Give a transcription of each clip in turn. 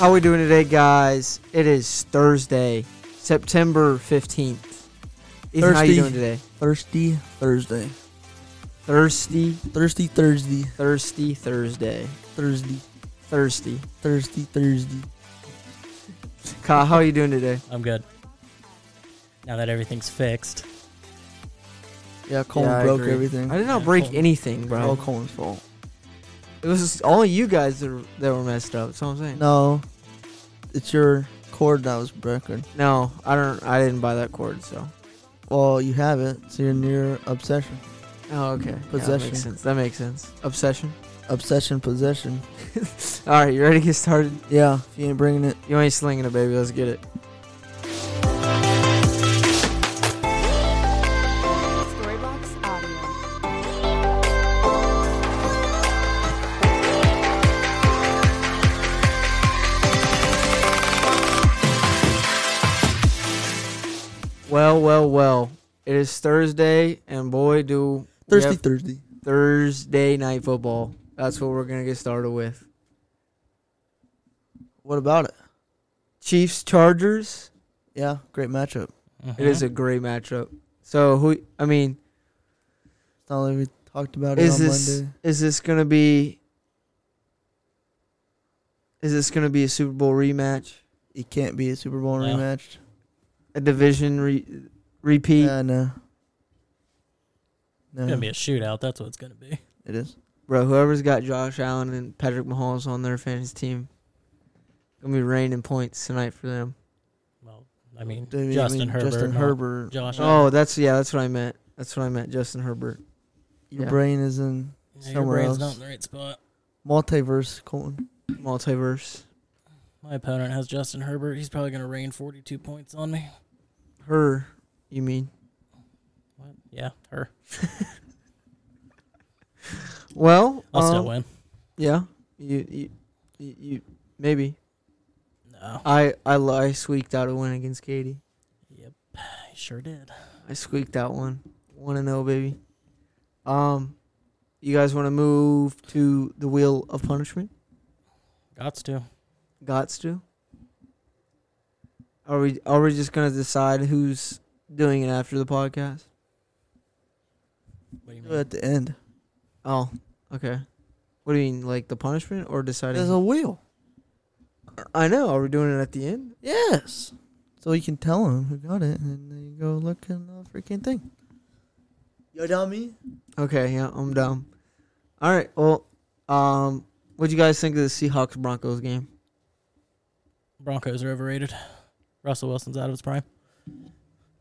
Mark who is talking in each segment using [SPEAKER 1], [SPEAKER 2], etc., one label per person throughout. [SPEAKER 1] How we doing today, guys? It is Thursday, September 15th. Ethan, how you
[SPEAKER 2] Thirsty.
[SPEAKER 1] doing today?
[SPEAKER 2] Thirsty Thursday.
[SPEAKER 1] Thirsty,
[SPEAKER 2] Thirsty Thursday.
[SPEAKER 1] thirsty Thursday.
[SPEAKER 2] Thursday.
[SPEAKER 1] Thirsty.
[SPEAKER 2] Thirsty Thursday.
[SPEAKER 1] Kyle, how are you doing today?
[SPEAKER 3] I'm good. Now that everything's fixed,
[SPEAKER 2] Yeah, Colin
[SPEAKER 1] Yeah, I
[SPEAKER 2] broke
[SPEAKER 1] agree.
[SPEAKER 2] everything.
[SPEAKER 1] I did not
[SPEAKER 3] Yeah,
[SPEAKER 1] break
[SPEAKER 3] cool.
[SPEAKER 1] anything,
[SPEAKER 2] All
[SPEAKER 1] bro.
[SPEAKER 2] Colin's fault.
[SPEAKER 1] It was only you guys that were, that were messed up. That's what I'm saying.
[SPEAKER 2] No. It's your cord that was broken.
[SPEAKER 1] No, I don't. I didn't buy that cord, so.
[SPEAKER 2] Well, you have it, so you're near obsession.
[SPEAKER 1] Oh, okay. Yeah, that
[SPEAKER 2] Possession.
[SPEAKER 1] makes sense. That makes sense. Obsession.
[SPEAKER 2] Obsession possession.
[SPEAKER 1] All right, you ready to get started?
[SPEAKER 2] Yeah, if you ain't bringing it.
[SPEAKER 1] You ain't slinging it, baby. Let's get it.
[SPEAKER 4] Storybox Audio.
[SPEAKER 1] Well, well, well. It is Thursday, and boy, do we
[SPEAKER 2] Thirsty
[SPEAKER 1] have
[SPEAKER 2] Thursday.
[SPEAKER 1] Thursday night football. That's what we're gonna get started with.
[SPEAKER 2] What about it?
[SPEAKER 1] Chiefs Chargers.
[SPEAKER 2] Yeah, great
[SPEAKER 1] It
[SPEAKER 2] matchup.
[SPEAKER 3] Uh-huh.
[SPEAKER 1] is a
[SPEAKER 2] Uh-huh.
[SPEAKER 1] great matchup. So who? I mean,
[SPEAKER 2] It's not like we talked about it
[SPEAKER 1] is
[SPEAKER 2] on
[SPEAKER 1] this
[SPEAKER 2] Monday.
[SPEAKER 1] is this gonna be? Is this gonna be a Super Bowl rematch?
[SPEAKER 2] It can't be a Super Bowl
[SPEAKER 3] No.
[SPEAKER 2] rematch.
[SPEAKER 1] A division re- repeat?
[SPEAKER 2] Yeah, no. No,
[SPEAKER 3] It's gonna be a shootout. That's what it's gonna be.
[SPEAKER 2] it is.
[SPEAKER 1] Bro, whoever's got Josh Allen and Patrick Mahomes on their fantasy team, gonna be raining points tonight for them.
[SPEAKER 3] Well, I mean,
[SPEAKER 2] Dude, I
[SPEAKER 3] Justin
[SPEAKER 2] mean,
[SPEAKER 3] Herbert,
[SPEAKER 2] Justin
[SPEAKER 3] not
[SPEAKER 2] Herbert.
[SPEAKER 3] Josh.
[SPEAKER 1] Oh, that's yeah, that's what I meant. That's what I meant. Justin Herbert.
[SPEAKER 2] Your
[SPEAKER 1] Yeah.
[SPEAKER 2] brain is in
[SPEAKER 3] Yeah, your
[SPEAKER 2] somewhere else.
[SPEAKER 3] brain's not in the right spot.
[SPEAKER 2] multiverse, Colton.
[SPEAKER 1] Multiverse.
[SPEAKER 3] My opponent has Justin Herbert. He's probably gonna rain 42 points on me.
[SPEAKER 1] Her, you mean?
[SPEAKER 3] What? Yeah, her.
[SPEAKER 1] Well,
[SPEAKER 3] I'll still
[SPEAKER 1] um,
[SPEAKER 3] win.
[SPEAKER 1] Yeah, you, you, you, you maybe.
[SPEAKER 3] No.
[SPEAKER 1] I, I, lo- I squeaked out a win against Katie.
[SPEAKER 3] Yep. He sure did.
[SPEAKER 1] I squeaked out one, one and zero, baby. Um, you guys want to move to the wheel of punishment?
[SPEAKER 3] Gots to.
[SPEAKER 1] Gots to. Are we are we just gonna decide who's doing it after the podcast?
[SPEAKER 3] What do you
[SPEAKER 2] Do it
[SPEAKER 3] mean?
[SPEAKER 2] At the end,
[SPEAKER 1] Oh, okay. What do you mean, like the punishment or
[SPEAKER 2] there's
[SPEAKER 1] deciding?
[SPEAKER 2] a wheel.
[SPEAKER 1] I know. Are we doing it at the end?
[SPEAKER 2] Yes. So you can tell him who got it, and then you go look in the freaking thing. Yo, dummy.
[SPEAKER 1] Okay, yeah, I'm dumb. All right, well, um, what do you guys think of the Seahawks Broncos game?
[SPEAKER 3] Broncos are overrated. Russell Wilson's out of his prime.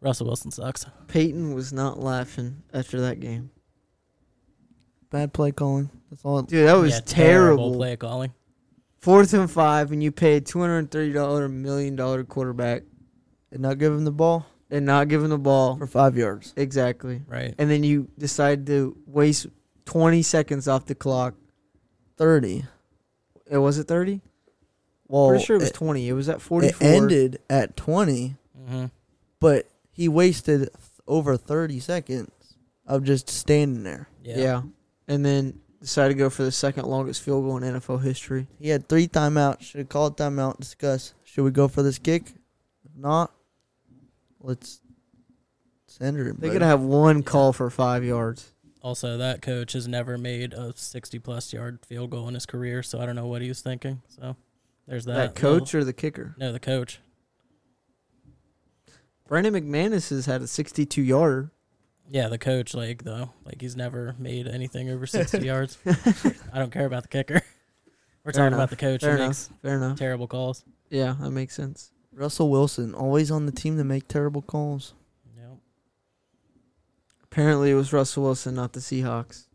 [SPEAKER 3] Russell Wilson sucks.
[SPEAKER 1] Peyton was not laughing after that game,
[SPEAKER 2] Bad play calling. That's all.
[SPEAKER 1] dude. That was
[SPEAKER 3] Yeah,
[SPEAKER 1] terrible.
[SPEAKER 3] play calling.
[SPEAKER 1] Fourth and five, and you paid two hundred thirty dollar million dollar quarterback
[SPEAKER 2] Did not give him the ball
[SPEAKER 1] and not give him the ball
[SPEAKER 2] for five yards.
[SPEAKER 1] exactly,
[SPEAKER 3] Right.
[SPEAKER 1] and then you decide to waste twenty seconds off the clock.
[SPEAKER 2] Thirty.
[SPEAKER 1] It was it thirty?
[SPEAKER 2] Well,
[SPEAKER 1] Pretty sure it was
[SPEAKER 2] it,
[SPEAKER 1] twenty. It was at
[SPEAKER 2] it
[SPEAKER 1] forty-four.
[SPEAKER 2] ended at twenty,
[SPEAKER 3] Mm-hmm.
[SPEAKER 2] but he wasted th- over thirty seconds of just standing there.
[SPEAKER 1] Yeah. and then decided to go for the second longest field goal in NFL history.
[SPEAKER 2] He had three timeouts. Should have called timeout. Discuss. Should we go for this kick? If not, let's send her.
[SPEAKER 1] They
[SPEAKER 2] bro.
[SPEAKER 1] could have one call for five yards.
[SPEAKER 3] Also, that coach has never made a 60 plus yard field goal in his career, so I don't know what he was thinking. So there's that.
[SPEAKER 1] That coach or the kicker?
[SPEAKER 3] No, the coach.
[SPEAKER 1] Brandon McManus has had a 62 yarder.
[SPEAKER 3] Yeah, the coach, like, though. Like, he's never made anything over 60 yards. I don't care about the kicker. We're
[SPEAKER 1] Fair
[SPEAKER 3] talking about the coach
[SPEAKER 1] Fair
[SPEAKER 3] who
[SPEAKER 1] enough.
[SPEAKER 3] makes
[SPEAKER 1] Fair enough.
[SPEAKER 3] terrible calls.
[SPEAKER 1] Yeah, that makes sense.
[SPEAKER 2] Russell Wilson always on the team to make terrible calls.
[SPEAKER 3] Yep.
[SPEAKER 1] Apparently, it was Russell Wilson, not the Seahawks.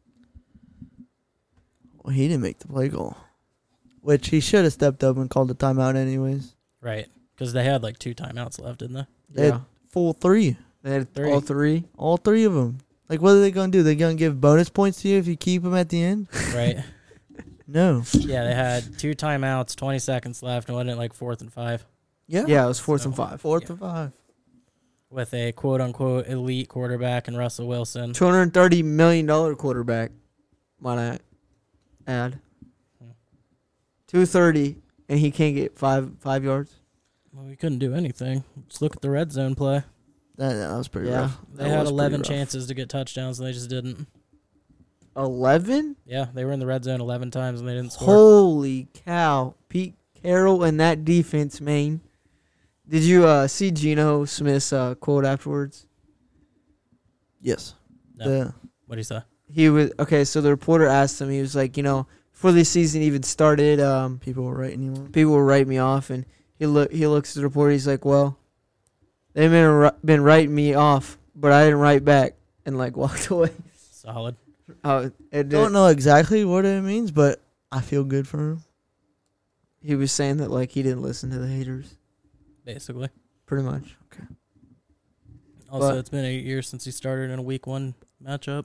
[SPEAKER 2] Well, he didn't make the play goal, which he should have stepped up and called the timeout anyways.
[SPEAKER 3] Right. Because they had, like, two timeouts left, didn't they?
[SPEAKER 2] They
[SPEAKER 1] Yeah,
[SPEAKER 2] had full three,
[SPEAKER 1] they had
[SPEAKER 3] three.
[SPEAKER 1] all three.
[SPEAKER 2] all three of them. Like, what are they gonna do? They gonna give bonus points to you if you keep them at the end?
[SPEAKER 3] Right.
[SPEAKER 2] No.
[SPEAKER 3] yeah, they had two timeouts, 20 seconds left, and wasn't it, like, fourth and five?
[SPEAKER 2] Yeah.
[SPEAKER 1] Yeah, it was fourth and
[SPEAKER 3] So-
[SPEAKER 1] five.
[SPEAKER 2] Fourth
[SPEAKER 3] Yeah.
[SPEAKER 2] and five.
[SPEAKER 3] with a quote unquote elite quarterback and Russell Wilson.
[SPEAKER 1] 230 million dollar quarterback, might I add.
[SPEAKER 3] Hmm.
[SPEAKER 1] 230 and he can't get five five yards.
[SPEAKER 3] Well, we couldn't do anything. Just look at the red zone play.
[SPEAKER 2] That, that was pretty
[SPEAKER 1] Yeah.
[SPEAKER 2] rough.
[SPEAKER 3] They
[SPEAKER 1] That
[SPEAKER 3] had
[SPEAKER 1] was pretty
[SPEAKER 3] 11
[SPEAKER 1] rough.
[SPEAKER 3] chances to get touchdowns and they just didn't.
[SPEAKER 1] Eleven?
[SPEAKER 3] Yeah, they were in the red zone 11 times and they didn't score.
[SPEAKER 1] Holy cow! Pete Carroll and that defense, man. Did you uh, see Geno Smith's uh, quote afterwards?
[SPEAKER 2] Yes.
[SPEAKER 3] No.
[SPEAKER 2] The-
[SPEAKER 3] What do you say?
[SPEAKER 1] He was okay. So the reporter asked him. He was like, you know, before the season even started, um,
[SPEAKER 2] people were writing you on.
[SPEAKER 1] people will write me off and he look he looks at the report he's like well they've been, ri- been writing me off but i didn't write back and like walked away
[SPEAKER 3] Solid.
[SPEAKER 1] uh, and
[SPEAKER 2] Don't
[SPEAKER 1] then
[SPEAKER 2] know exactly what it means, but I feel good for him.
[SPEAKER 1] he was saying that like he didn't listen to the haters
[SPEAKER 3] Basically.
[SPEAKER 1] pretty much
[SPEAKER 3] Also,
[SPEAKER 1] But-
[SPEAKER 3] it's been eight years since he started in a week one matchup.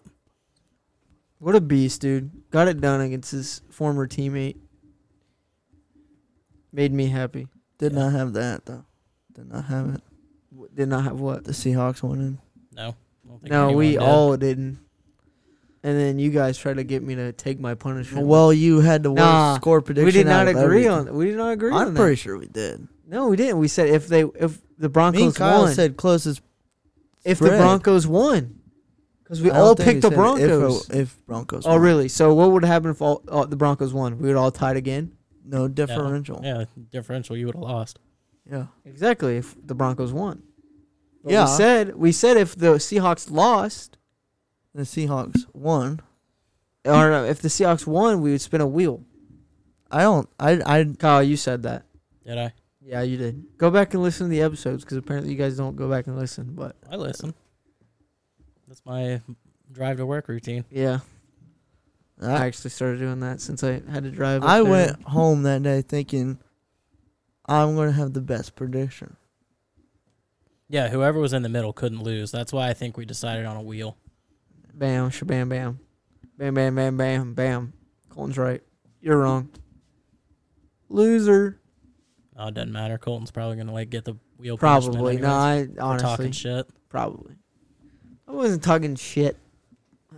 [SPEAKER 1] what a beast dude got it done against his former teammate made me happy
[SPEAKER 2] Did
[SPEAKER 3] Yeah.
[SPEAKER 2] not have that though. Did not have it.
[SPEAKER 1] W- did not have what
[SPEAKER 2] The Seahawks won in.
[SPEAKER 3] No. I don't think
[SPEAKER 1] no
[SPEAKER 3] anyone
[SPEAKER 1] we
[SPEAKER 3] did.
[SPEAKER 1] all didn't and then you guys tried to get me to take my punishment
[SPEAKER 2] Well, you had the worst
[SPEAKER 1] Nah,
[SPEAKER 2] score prediction.
[SPEAKER 1] we did
[SPEAKER 2] out
[SPEAKER 1] not
[SPEAKER 2] of
[SPEAKER 1] agree
[SPEAKER 2] everything.
[SPEAKER 1] on we did not agree on
[SPEAKER 2] I'm
[SPEAKER 1] that.
[SPEAKER 2] pretty sure we did.
[SPEAKER 1] No, we didn't. We said if they if the
[SPEAKER 2] Me and
[SPEAKER 1] Broncos
[SPEAKER 2] Kyle
[SPEAKER 1] won,
[SPEAKER 2] said closest.
[SPEAKER 1] if the
[SPEAKER 2] spread.
[SPEAKER 1] Broncos won, because we
[SPEAKER 2] I don't
[SPEAKER 1] all
[SPEAKER 2] think we
[SPEAKER 1] picked the
[SPEAKER 2] said if it-
[SPEAKER 1] Broncos.
[SPEAKER 2] If, Broncos.
[SPEAKER 1] oh,
[SPEAKER 2] won.
[SPEAKER 1] really? So what would happen if all, uh, the Broncos won? We would all tied again.
[SPEAKER 2] No differential. Yeah.
[SPEAKER 3] Yeah, differential. You would have lost.
[SPEAKER 2] Yeah.
[SPEAKER 1] Exactly. If the Broncos won. But
[SPEAKER 2] Yeah.
[SPEAKER 1] We said we said if the Seahawks lost,
[SPEAKER 2] The Seahawks won.
[SPEAKER 1] or uh, if the Seahawks won, we would spin a wheel.
[SPEAKER 2] I don't. I. I.
[SPEAKER 1] Kyle, you said that.
[SPEAKER 3] Did I?
[SPEAKER 1] Yeah, you did. Go back and listen to the episodes because apparently you guys don't go back and listen. But
[SPEAKER 3] I listen. That's my drive to work routine.
[SPEAKER 1] yeah, I
[SPEAKER 2] I,
[SPEAKER 1] actually started doing that since I had to drive. up
[SPEAKER 2] I
[SPEAKER 1] there.
[SPEAKER 2] went home that day thinking, I'm gonna have the best prediction.
[SPEAKER 3] Yeah, whoever was in the middle couldn't lose. That's why I think we decided on a wheel.
[SPEAKER 1] Bam, shabam, bam. Bam, bam, bam, bam, bam. Colton's right. You're wrong. Loser.
[SPEAKER 3] Oh, it doesn't matter. Colton's probably gonna like get the wheel. punishment
[SPEAKER 1] Probably.
[SPEAKER 3] anyways
[SPEAKER 1] No, I
[SPEAKER 3] for talking
[SPEAKER 1] honestly.
[SPEAKER 3] shit.
[SPEAKER 1] Probably. I wasn't talking shit.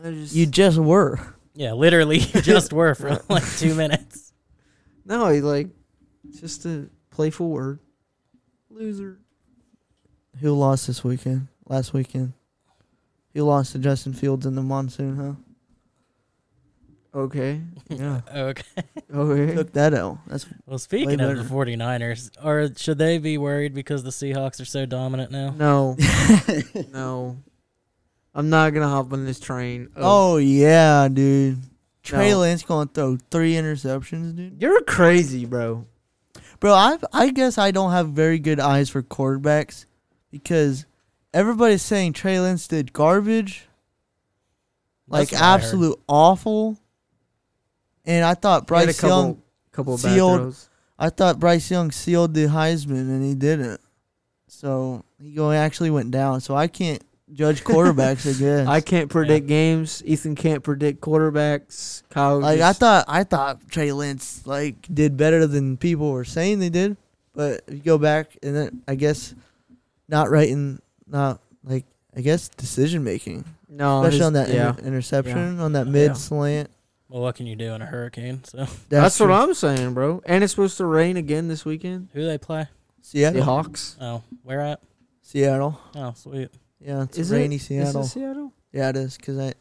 [SPEAKER 1] I was just,
[SPEAKER 2] You just were.
[SPEAKER 3] Yeah, literally, you just were for like two minutes.
[SPEAKER 1] no, I like, just a playful word. Loser.
[SPEAKER 2] Who lost this weekend? Last weekend. Who lost to Justin Fields in the monsoon, huh?
[SPEAKER 1] Okay.
[SPEAKER 2] Yeah.
[SPEAKER 3] Okay.
[SPEAKER 1] Okay.
[SPEAKER 2] Took that out. That's
[SPEAKER 3] Well, speaking
[SPEAKER 2] Way
[SPEAKER 3] of the 49ers, or should they be worried because the Seahawks are so dominant now?
[SPEAKER 1] No. no. I'm not going to hop on this train. of-
[SPEAKER 2] Oh yeah, dude. Trey
[SPEAKER 1] No.
[SPEAKER 2] Lance gonna throw three interceptions, dude.
[SPEAKER 1] You're crazy, bro.
[SPEAKER 2] Bro, I I guess I don't have very good eyes for quarterbacks because everybody's saying Trey Lance did garbage, like
[SPEAKER 3] That's what I heard.
[SPEAKER 2] absolute awful. And I thought
[SPEAKER 1] He had a
[SPEAKER 2] Bryce Young,
[SPEAKER 1] couple, couple bad
[SPEAKER 2] sealed-
[SPEAKER 1] throws.
[SPEAKER 2] I thought Bryce Young sealed the Heisman, and he didn't. So he go actually went down. So I can't judge quarterbacks again.
[SPEAKER 1] I can't predict games. Ethan can't predict quarterbacks. Kyle,
[SPEAKER 2] Like I
[SPEAKER 1] Oh, just-
[SPEAKER 2] thought, I thought Trey Lance like did better than people were saying they did. But if you go back and then I guess not writing, not like I guess decision making,
[SPEAKER 1] no,
[SPEAKER 2] especially
[SPEAKER 1] his-
[SPEAKER 2] on that
[SPEAKER 1] Yeah,
[SPEAKER 2] inter- interception on that mid slant.
[SPEAKER 3] Well, what can you do in a hurricane? So,
[SPEAKER 1] that's, what
[SPEAKER 2] true.
[SPEAKER 1] I'm saying, bro. And it's supposed to rain again this weekend.
[SPEAKER 3] who they play?
[SPEAKER 2] Seattle,
[SPEAKER 1] Hawks.
[SPEAKER 3] Oh, where at?
[SPEAKER 2] Seattle.
[SPEAKER 3] Oh, sweet.
[SPEAKER 2] Yeah, it's
[SPEAKER 1] Is it-
[SPEAKER 2] rainy
[SPEAKER 1] Is it
[SPEAKER 2] Seattle.
[SPEAKER 1] Seattle?
[SPEAKER 2] yeah, it is because I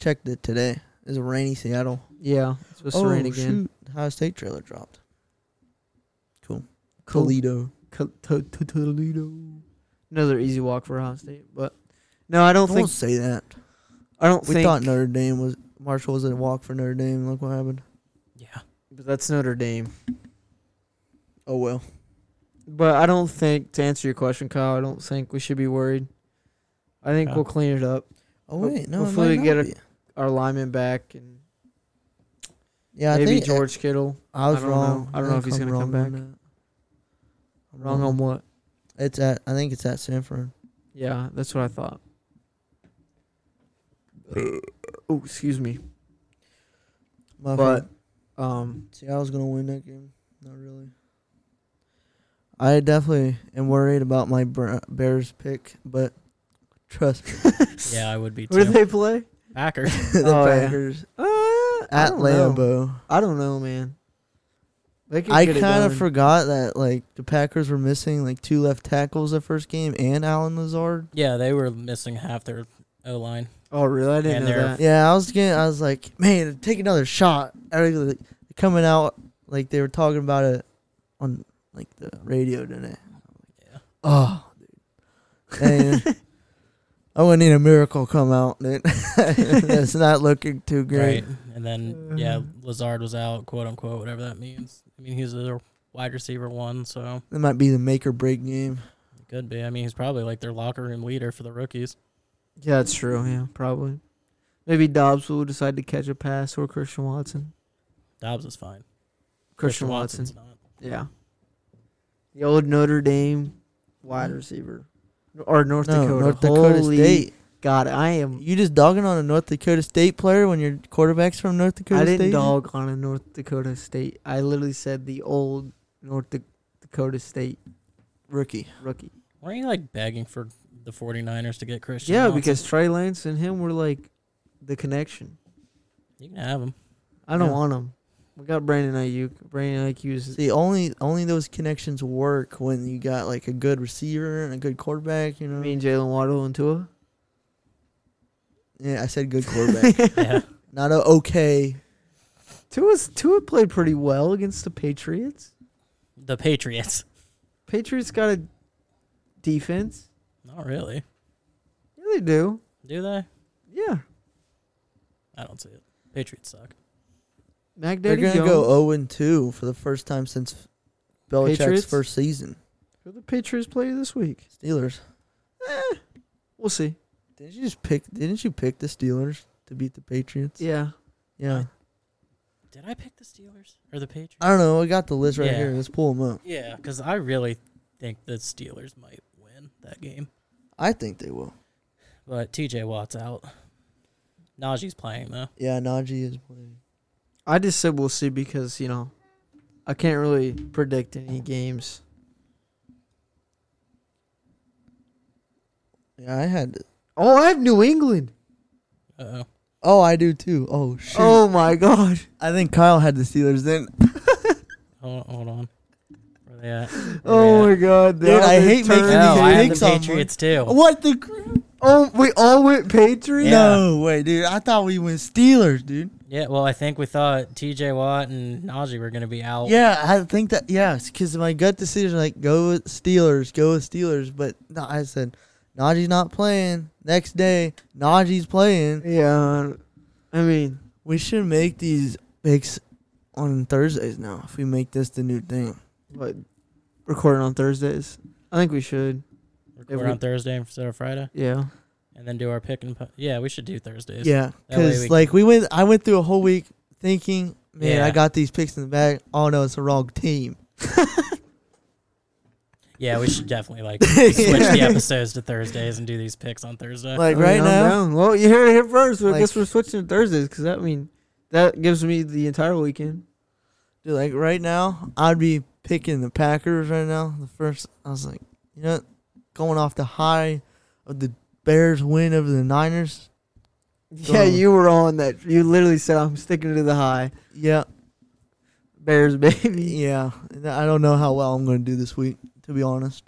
[SPEAKER 2] checked it today. It's a rainy Seattle.
[SPEAKER 1] Yeah, it's supposed to rain again.
[SPEAKER 2] Oh, shoot! Ohio State trailer dropped. Cool.
[SPEAKER 1] Cool.
[SPEAKER 2] Toledo.
[SPEAKER 1] Co- to- to- Toledo. Another easy walk for Ohio State, but no, I don't
[SPEAKER 2] Don't
[SPEAKER 1] think.
[SPEAKER 2] say that.
[SPEAKER 1] I don't
[SPEAKER 2] We
[SPEAKER 1] think.
[SPEAKER 2] thought Notre Dame was Marshall was at a walk for Notre Dame. Look what happened.
[SPEAKER 3] Yeah.
[SPEAKER 1] but that's Notre Dame.
[SPEAKER 2] Oh well.
[SPEAKER 1] But I don't think to answer your question, Kyle. I don't think we should be worried. I think
[SPEAKER 3] Okay.
[SPEAKER 1] we'll clean it up.
[SPEAKER 2] Oh
[SPEAKER 1] Ho-
[SPEAKER 2] wait, no. it
[SPEAKER 1] hopefully
[SPEAKER 2] might
[SPEAKER 1] we
[SPEAKER 2] not
[SPEAKER 1] get a-
[SPEAKER 2] be.
[SPEAKER 1] Our lineman back and
[SPEAKER 2] Yeah, I
[SPEAKER 1] maybe
[SPEAKER 2] think
[SPEAKER 1] George Kittle.
[SPEAKER 2] I was
[SPEAKER 1] I don't know.
[SPEAKER 2] wrong.
[SPEAKER 1] I don't know if he's
[SPEAKER 2] I'm
[SPEAKER 1] gonna come
[SPEAKER 2] wrong on
[SPEAKER 1] back.
[SPEAKER 2] that. I'm
[SPEAKER 1] Wrong on what?
[SPEAKER 2] It's at. I think it's at Sanford.
[SPEAKER 1] Yeah, that's what I thought.
[SPEAKER 3] Uh,
[SPEAKER 1] oh, excuse me.
[SPEAKER 2] My
[SPEAKER 1] But-
[SPEAKER 2] fault.
[SPEAKER 1] Um,
[SPEAKER 2] Seattle's gonna win that game. Not really. I definitely am worried about my Bra- Bears pick, but trust me,
[SPEAKER 3] Yeah, I would be
[SPEAKER 1] where do
[SPEAKER 3] too.
[SPEAKER 1] they play?
[SPEAKER 3] Packers.
[SPEAKER 2] the
[SPEAKER 1] Oh, yeah.
[SPEAKER 2] Packers
[SPEAKER 1] Uh, I
[SPEAKER 2] at
[SPEAKER 1] don't know.
[SPEAKER 2] Lambeau.
[SPEAKER 1] I don't know, man. They could
[SPEAKER 2] I
[SPEAKER 1] get it
[SPEAKER 2] kind
[SPEAKER 1] going.
[SPEAKER 2] of forgot that like the Packers were missing like two left tackles the first game and Alan Lazard.
[SPEAKER 3] Yeah, they were missing half their O line.
[SPEAKER 1] Oh, really? I didn't
[SPEAKER 3] And
[SPEAKER 1] know
[SPEAKER 3] they're-
[SPEAKER 1] that.
[SPEAKER 2] Yeah, I was getting. I was like, man, take another shot. I was, like, coming out like they were talking about it on like the radio today.
[SPEAKER 3] Yeah.
[SPEAKER 2] Oh, dude. And I would need a miracle come out, dude. it's not looking too great.
[SPEAKER 3] Right. And then yeah, Lazard was out, quote unquote, whatever that means. I mean, he's their wide receiver one, so
[SPEAKER 2] It might be the make or break game.
[SPEAKER 3] it could be. I mean, he's probably like their locker room leader for the rookies.
[SPEAKER 1] Yeah, that's true. Yeah, probably. Maybe Dobbs will decide to catch a pass or Christian Watson.
[SPEAKER 3] Dobbs is fine.
[SPEAKER 1] Christian, Watson.
[SPEAKER 3] Watson's not.
[SPEAKER 1] Yeah. The old Notre Dame wide receiver. Or North
[SPEAKER 2] no,
[SPEAKER 1] Dakota.
[SPEAKER 2] North Dakota
[SPEAKER 1] Holy
[SPEAKER 2] State.
[SPEAKER 1] God, I am.
[SPEAKER 2] You just dogging on a North Dakota State player when your quarterback's from North Dakota
[SPEAKER 1] I didn't
[SPEAKER 2] State?
[SPEAKER 1] dog on a North Dakota State. I literally said the old North Da- Dakota State
[SPEAKER 2] Rookie.
[SPEAKER 1] rookie.
[SPEAKER 3] Weren't you like begging for the 49ers to get Christian?
[SPEAKER 1] Yeah,
[SPEAKER 3] Watson?
[SPEAKER 1] because Trey Lance and him were like the connection.
[SPEAKER 3] you can have him.
[SPEAKER 1] I don't
[SPEAKER 2] Yeah.
[SPEAKER 1] want him. We got Brandon Ayuk. Brandon Ayuk is
[SPEAKER 2] See, only only those connections work when you got like a good receiver and a good quarterback. You know,
[SPEAKER 1] I
[SPEAKER 2] what I
[SPEAKER 1] mean Jalen Waddle and Tua.
[SPEAKER 2] yeah, I said good quarterback,
[SPEAKER 3] Yeah.
[SPEAKER 2] not a okay.
[SPEAKER 1] Tua's Tua played pretty well against the Patriots.
[SPEAKER 3] the Patriots.
[SPEAKER 1] Patriots got a defense.
[SPEAKER 3] Not really.
[SPEAKER 1] Yeah, they do.
[SPEAKER 3] Do they?
[SPEAKER 1] Yeah.
[SPEAKER 3] I don't see it. Patriots suck.
[SPEAKER 1] Mac
[SPEAKER 2] They're
[SPEAKER 1] Daddy
[SPEAKER 2] gonna
[SPEAKER 1] Jones.
[SPEAKER 2] go zero and two for the first time since Belichick's
[SPEAKER 1] Patriots?
[SPEAKER 2] first season.
[SPEAKER 1] Who the Patriots play this week?
[SPEAKER 2] Steelers.
[SPEAKER 1] We'll see.
[SPEAKER 2] Didn't you just pick? Didn't you pick the Steelers to beat the Patriots?
[SPEAKER 1] Yeah.
[SPEAKER 2] Yeah.
[SPEAKER 3] Did I pick the Steelers or the Patriots?
[SPEAKER 1] Uh,
[SPEAKER 2] I don't know. I got the list right
[SPEAKER 3] Yeah.
[SPEAKER 2] here. Let's pull them up.
[SPEAKER 3] yeah, because I really think the Steelers might win that game.
[SPEAKER 2] I think they will.
[SPEAKER 3] But TJ Watt's out. Najee's playing though.
[SPEAKER 2] Yeah, Najee is playing.
[SPEAKER 1] I just said we'll see because, you know, I can't really predict any games.
[SPEAKER 2] Yeah, I had.
[SPEAKER 1] Oh, I have New England.
[SPEAKER 3] Uh oh.
[SPEAKER 2] Oh, I do too. Oh shoot.
[SPEAKER 1] Oh my god.
[SPEAKER 2] I think Kyle had the Steelers then.
[SPEAKER 3] Hold, hold on. Where they at? Where
[SPEAKER 1] Oh my
[SPEAKER 3] they
[SPEAKER 1] god. they
[SPEAKER 2] Dude,
[SPEAKER 1] all
[SPEAKER 2] I
[SPEAKER 1] been
[SPEAKER 2] hate making
[SPEAKER 1] turned.
[SPEAKER 3] at? no, I had the
[SPEAKER 2] Phoenix on one.
[SPEAKER 3] Patriots too.
[SPEAKER 2] What the? Cr-
[SPEAKER 1] Oh, we all went Patriots?
[SPEAKER 3] Yeah.
[SPEAKER 2] No way, dude. I thought we went Steelers, dude.
[SPEAKER 3] Yeah, well, I think we thought TJ Watt and Najee were going to be out.
[SPEAKER 2] Yeah, I think that. Yeah, because my gut decision like go with Steelers, go with Steelers. But no, I said Najee's not playing. Next day, Najee's playing.
[SPEAKER 1] Yeah. I mean,
[SPEAKER 2] We should make these picks on Thursdays now. If we make this the new thing,
[SPEAKER 1] what recording on Thursdays? I think we should.
[SPEAKER 3] Record
[SPEAKER 1] we-
[SPEAKER 3] on Thursday instead of Friday,
[SPEAKER 1] Yeah.
[SPEAKER 3] and then do our pick and pu- yeah, we should do Thursdays.
[SPEAKER 2] yeah,
[SPEAKER 3] That way
[SPEAKER 2] because
[SPEAKER 3] we-
[SPEAKER 2] like we went, I went through a whole week thinking, man, I
[SPEAKER 3] Yeah.
[SPEAKER 2] got these picks in the bag. Oh no, it's the wrong team.
[SPEAKER 3] Yeah, we should definitely like switch the episodes to Thursdays and do these picks on Thursday.
[SPEAKER 2] Like
[SPEAKER 1] I mean,
[SPEAKER 2] right
[SPEAKER 1] I'm
[SPEAKER 2] now,
[SPEAKER 1] down. Well, you heard it here first. but I
[SPEAKER 2] Like-
[SPEAKER 1] guess we're switching to Thursdays because that mean that gives me the entire weekend.
[SPEAKER 2] Dude, like right now, I'd be picking the Packers right now. The first, I was like, you know, going off the high of the Bears win over the Niners. Um,
[SPEAKER 1] Yeah,
[SPEAKER 2] Done.
[SPEAKER 1] you were on that. You literally said I'm sticking to the high.
[SPEAKER 2] Yeah,
[SPEAKER 1] Bears, baby.
[SPEAKER 2] yeah. And I don't know how well I'm going to do this week, to be honest.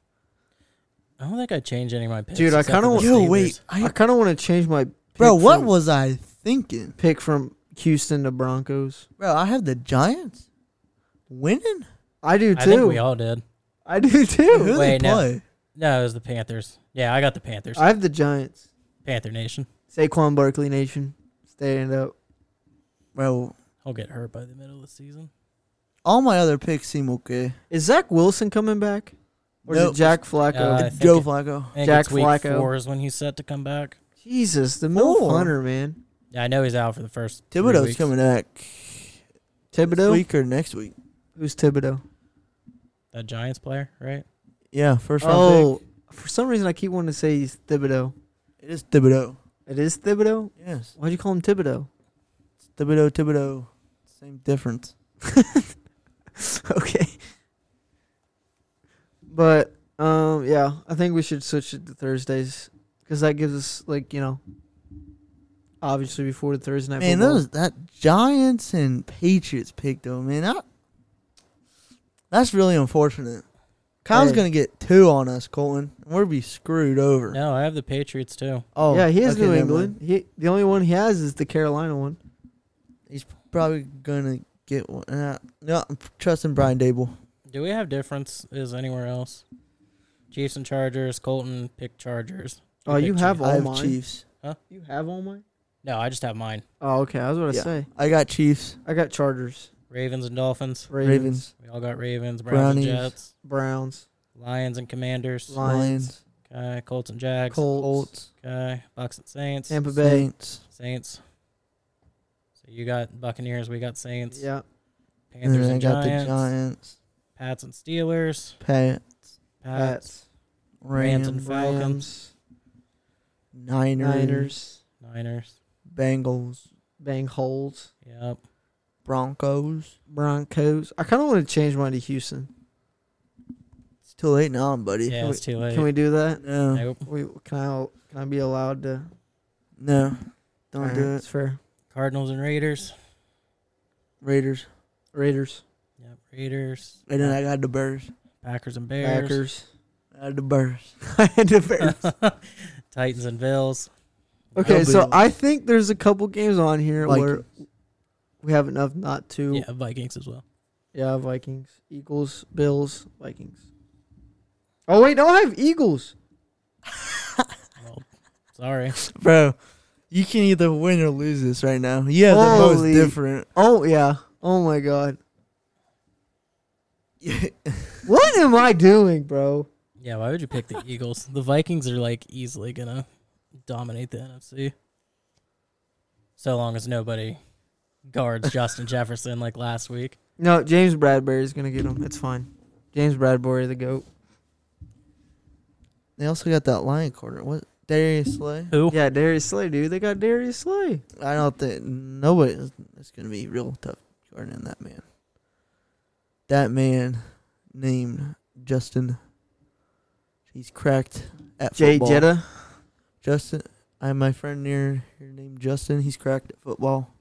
[SPEAKER 3] I don't think I changed any of my picks.
[SPEAKER 1] Dude, I
[SPEAKER 3] except for
[SPEAKER 1] kinda
[SPEAKER 3] the
[SPEAKER 1] wa-
[SPEAKER 2] Yo,
[SPEAKER 3] Steelers.
[SPEAKER 2] wait,
[SPEAKER 1] I
[SPEAKER 2] I,
[SPEAKER 1] kind of want to change my pick
[SPEAKER 2] bro, what
[SPEAKER 1] from-
[SPEAKER 2] was I thinking,
[SPEAKER 1] pick from Houston to Broncos?
[SPEAKER 2] bro? I have the Giants winning.
[SPEAKER 1] I do too.
[SPEAKER 3] I think we all did.
[SPEAKER 1] I do
[SPEAKER 2] Who
[SPEAKER 1] too.
[SPEAKER 2] do they
[SPEAKER 3] Wait, no.
[SPEAKER 2] play?
[SPEAKER 3] No, it was the Panthers. Yeah, I got the Panthers.
[SPEAKER 1] I have the Giants.
[SPEAKER 3] Panther Nation.
[SPEAKER 1] Saquon Barkley Nation. Stand up.
[SPEAKER 2] Bro,
[SPEAKER 3] I'll get hurt by the middle of the season.
[SPEAKER 2] all my other picks seem okay.
[SPEAKER 1] Is Zach Wilson coming back? Or is
[SPEAKER 2] Nope.
[SPEAKER 1] it Jack Flacco?
[SPEAKER 3] Uh, I think
[SPEAKER 2] Joe
[SPEAKER 3] it-
[SPEAKER 2] Flacco.
[SPEAKER 3] I think
[SPEAKER 1] Jack
[SPEAKER 3] it's week
[SPEAKER 1] Flacco.
[SPEAKER 3] four is when he's set to come back.
[SPEAKER 1] Jesus, the MILF
[SPEAKER 2] Four.
[SPEAKER 1] Hunter, man.
[SPEAKER 3] Yeah, I know he's out for the first. three
[SPEAKER 2] Thibodeau's
[SPEAKER 3] weeks.
[SPEAKER 2] coming back this
[SPEAKER 1] Thibodeau?
[SPEAKER 2] week or next week.
[SPEAKER 1] Who's Thibodeau?
[SPEAKER 3] That Giants player, right?
[SPEAKER 2] Yeah, first round
[SPEAKER 1] Oh, for some reason I keep wanting to say he's Thibodeau.
[SPEAKER 2] pick. It is Thibodeau.
[SPEAKER 1] It is Thibodeau?
[SPEAKER 2] Yes.
[SPEAKER 1] Why'd you call him Thibodeau?
[SPEAKER 2] Thibodeau, Thibodeau. Same difference.
[SPEAKER 1] okay. But um yeah, I think we should switch it to Thursdays cuz that gives us like, you know, obviously before the Thursday night
[SPEAKER 2] Man,
[SPEAKER 1] football.
[SPEAKER 2] those that Giants and Patriots pick though, man. I, That's really unfortunate. Kyle's
[SPEAKER 1] Hey.
[SPEAKER 2] gonna get two on us, Colton. We'll be screwed over.
[SPEAKER 3] No, I have the Patriots too.
[SPEAKER 2] Oh,
[SPEAKER 1] yeah, he is
[SPEAKER 2] okay,
[SPEAKER 1] New
[SPEAKER 2] never
[SPEAKER 1] England.
[SPEAKER 2] mind.
[SPEAKER 1] He the only one he has is the Carolina one.
[SPEAKER 2] He's probably gonna get one. Uh, no, I'm trusting Brian Dable.
[SPEAKER 3] Do we have differences anywhere else? Chiefs and Chargers. Colton pick Chargers.
[SPEAKER 1] Oh, you
[SPEAKER 3] picked
[SPEAKER 1] have
[SPEAKER 3] Chiefs.
[SPEAKER 1] all
[SPEAKER 2] I have
[SPEAKER 1] mine.
[SPEAKER 2] Chiefs.
[SPEAKER 1] You have all mine.
[SPEAKER 3] No, I just have mine.
[SPEAKER 1] Oh, okay. I was about to
[SPEAKER 2] Yeah.
[SPEAKER 1] say.
[SPEAKER 2] I got Chiefs.
[SPEAKER 1] I got Chargers,
[SPEAKER 3] Ravens and Dolphins.
[SPEAKER 1] Ravens,
[SPEAKER 2] Ravens.
[SPEAKER 3] We all got Ravens. Browns
[SPEAKER 2] Brownies.
[SPEAKER 3] and Jets.
[SPEAKER 1] Browns,
[SPEAKER 3] Lions and Commanders.
[SPEAKER 1] Lions,
[SPEAKER 2] Lions,
[SPEAKER 3] Okay, Colts and Jags.
[SPEAKER 1] Colts,
[SPEAKER 2] Colts,
[SPEAKER 3] Okay, Bucks and Saints.
[SPEAKER 1] Tampa Bay.
[SPEAKER 2] Saints,
[SPEAKER 3] Saints. So you got Buccaneers. We got Saints.
[SPEAKER 1] Yeah,
[SPEAKER 2] and
[SPEAKER 3] Panthers
[SPEAKER 2] then I
[SPEAKER 3] and
[SPEAKER 2] got
[SPEAKER 3] Giants.
[SPEAKER 2] the Giants,
[SPEAKER 3] Pats and Steelers.
[SPEAKER 2] Pats,
[SPEAKER 3] Pats.
[SPEAKER 1] Pats,
[SPEAKER 3] Rams
[SPEAKER 2] Rams,
[SPEAKER 3] and
[SPEAKER 1] Falcons,
[SPEAKER 2] Niners,
[SPEAKER 1] Niners,
[SPEAKER 3] Niners.
[SPEAKER 2] Bengals,
[SPEAKER 1] Bang holes,
[SPEAKER 3] Yep.
[SPEAKER 2] Broncos.
[SPEAKER 1] Broncos. I kind of want to change mine to Houston.
[SPEAKER 2] It's too late now, buddy.
[SPEAKER 3] Yeah, it's too late.
[SPEAKER 1] Can we do that?
[SPEAKER 2] No,
[SPEAKER 3] nope.
[SPEAKER 1] We can I can I be allowed to?
[SPEAKER 2] no, don't
[SPEAKER 1] Alright,
[SPEAKER 2] do
[SPEAKER 1] It's
[SPEAKER 2] it.
[SPEAKER 1] fair.
[SPEAKER 3] Cardinals and Raiders.
[SPEAKER 2] Raiders,
[SPEAKER 1] Raiders,
[SPEAKER 3] Yep. Raiders.
[SPEAKER 2] and then I got the Bears.
[SPEAKER 3] Packers and Bears.
[SPEAKER 1] Packers.
[SPEAKER 2] I had the Bears.
[SPEAKER 1] I had to bear.
[SPEAKER 3] Titans and Bills.
[SPEAKER 1] Okay,
[SPEAKER 2] That'll
[SPEAKER 1] so
[SPEAKER 2] be-
[SPEAKER 1] I think there's a couple games on here where
[SPEAKER 2] Vikings.
[SPEAKER 1] we have enough not to.
[SPEAKER 3] Yeah, Vikings as well.
[SPEAKER 1] Yeah, Vikings, Eagles, Bills, Vikings. Oh wait, no, I have Eagles.
[SPEAKER 3] Well, sorry.
[SPEAKER 2] Bro, you can either win or lose this right now. You have the
[SPEAKER 1] Holy-
[SPEAKER 2] most different.
[SPEAKER 1] Oh yeah. Oh my god. What am I doing, bro?
[SPEAKER 3] Yeah, why would you pick the Eagles? The Vikings are like easily gonna dominate the NFC. So long as nobody guards Justin Jefferson like last week.
[SPEAKER 1] No, James Bradbury's gonna get him. It's fine. James Bradbury, the goat.
[SPEAKER 2] they also got that lion quarter. What Darius Slay?
[SPEAKER 3] Who?
[SPEAKER 1] Yeah, Darius Slay, dude. They got Darius Slay.
[SPEAKER 2] I don't think nobody. It's gonna be real tough guarding that man. That man named Justin. He's cracked at
[SPEAKER 1] Jay
[SPEAKER 2] football.
[SPEAKER 1] Jetta.
[SPEAKER 2] Justin, I have my friend near here named Justin. He's cracked at football.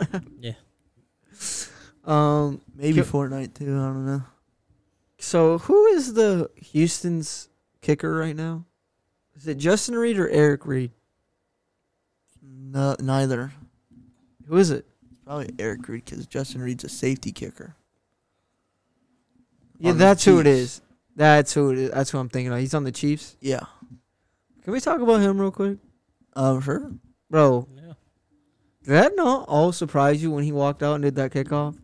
[SPEAKER 3] Yeah.
[SPEAKER 1] Um.
[SPEAKER 2] Maybe
[SPEAKER 1] Ki-
[SPEAKER 2] Fortnite too. I don't know.
[SPEAKER 1] So who is the Houston's kicker right now? Is it Justin Reed or Eric Reed?
[SPEAKER 2] No, neither.
[SPEAKER 1] Who is it?
[SPEAKER 2] It's probably Eric Reed because Justin Reed's a safety kicker.
[SPEAKER 1] Yeah,
[SPEAKER 2] On the
[SPEAKER 1] that's who it
[SPEAKER 2] Chiefs.
[SPEAKER 1] is. That's who it is. That's who I'm thinking of. He's on the Chiefs.
[SPEAKER 2] Yeah.
[SPEAKER 1] Can we talk about him real quick,
[SPEAKER 2] Um. Sure.
[SPEAKER 1] bro?
[SPEAKER 3] Yeah.
[SPEAKER 1] Did that not all surprise you when he walked out and did that kickoff?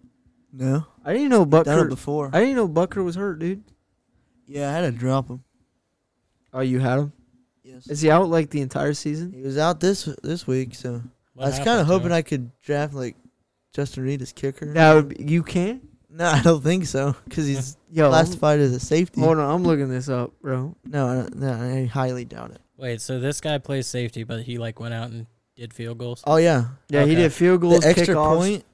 [SPEAKER 2] No.
[SPEAKER 1] I didn't know
[SPEAKER 2] Done it
[SPEAKER 1] Bucker.
[SPEAKER 2] before.
[SPEAKER 1] I didn't know Bucker was hurt, dude.
[SPEAKER 2] yeah, I had to drop him.
[SPEAKER 1] Oh, you had him.
[SPEAKER 2] Yes.
[SPEAKER 1] Is he out like the entire season?
[SPEAKER 2] He was out this this week, so
[SPEAKER 3] What
[SPEAKER 2] I was
[SPEAKER 3] happened
[SPEAKER 2] kind
[SPEAKER 3] to
[SPEAKER 2] of hoping
[SPEAKER 3] him?
[SPEAKER 2] I could draft like Justin Reed as kicker.
[SPEAKER 1] That would be, you can.
[SPEAKER 2] No, I don't think so because he's
[SPEAKER 1] Yo, I'm-
[SPEAKER 2] classified as a safety.
[SPEAKER 1] hold on. I'm looking this up, bro.
[SPEAKER 2] No, I don't- no, I highly doubt it.
[SPEAKER 3] Wait, so this guy plays safety, but he like went out and did field goals.
[SPEAKER 2] Oh yeah,
[SPEAKER 1] Yeah, he
[SPEAKER 3] Okay.
[SPEAKER 1] did field
[SPEAKER 2] the
[SPEAKER 1] goals,
[SPEAKER 2] extra
[SPEAKER 1] kickoffs.
[SPEAKER 2] point.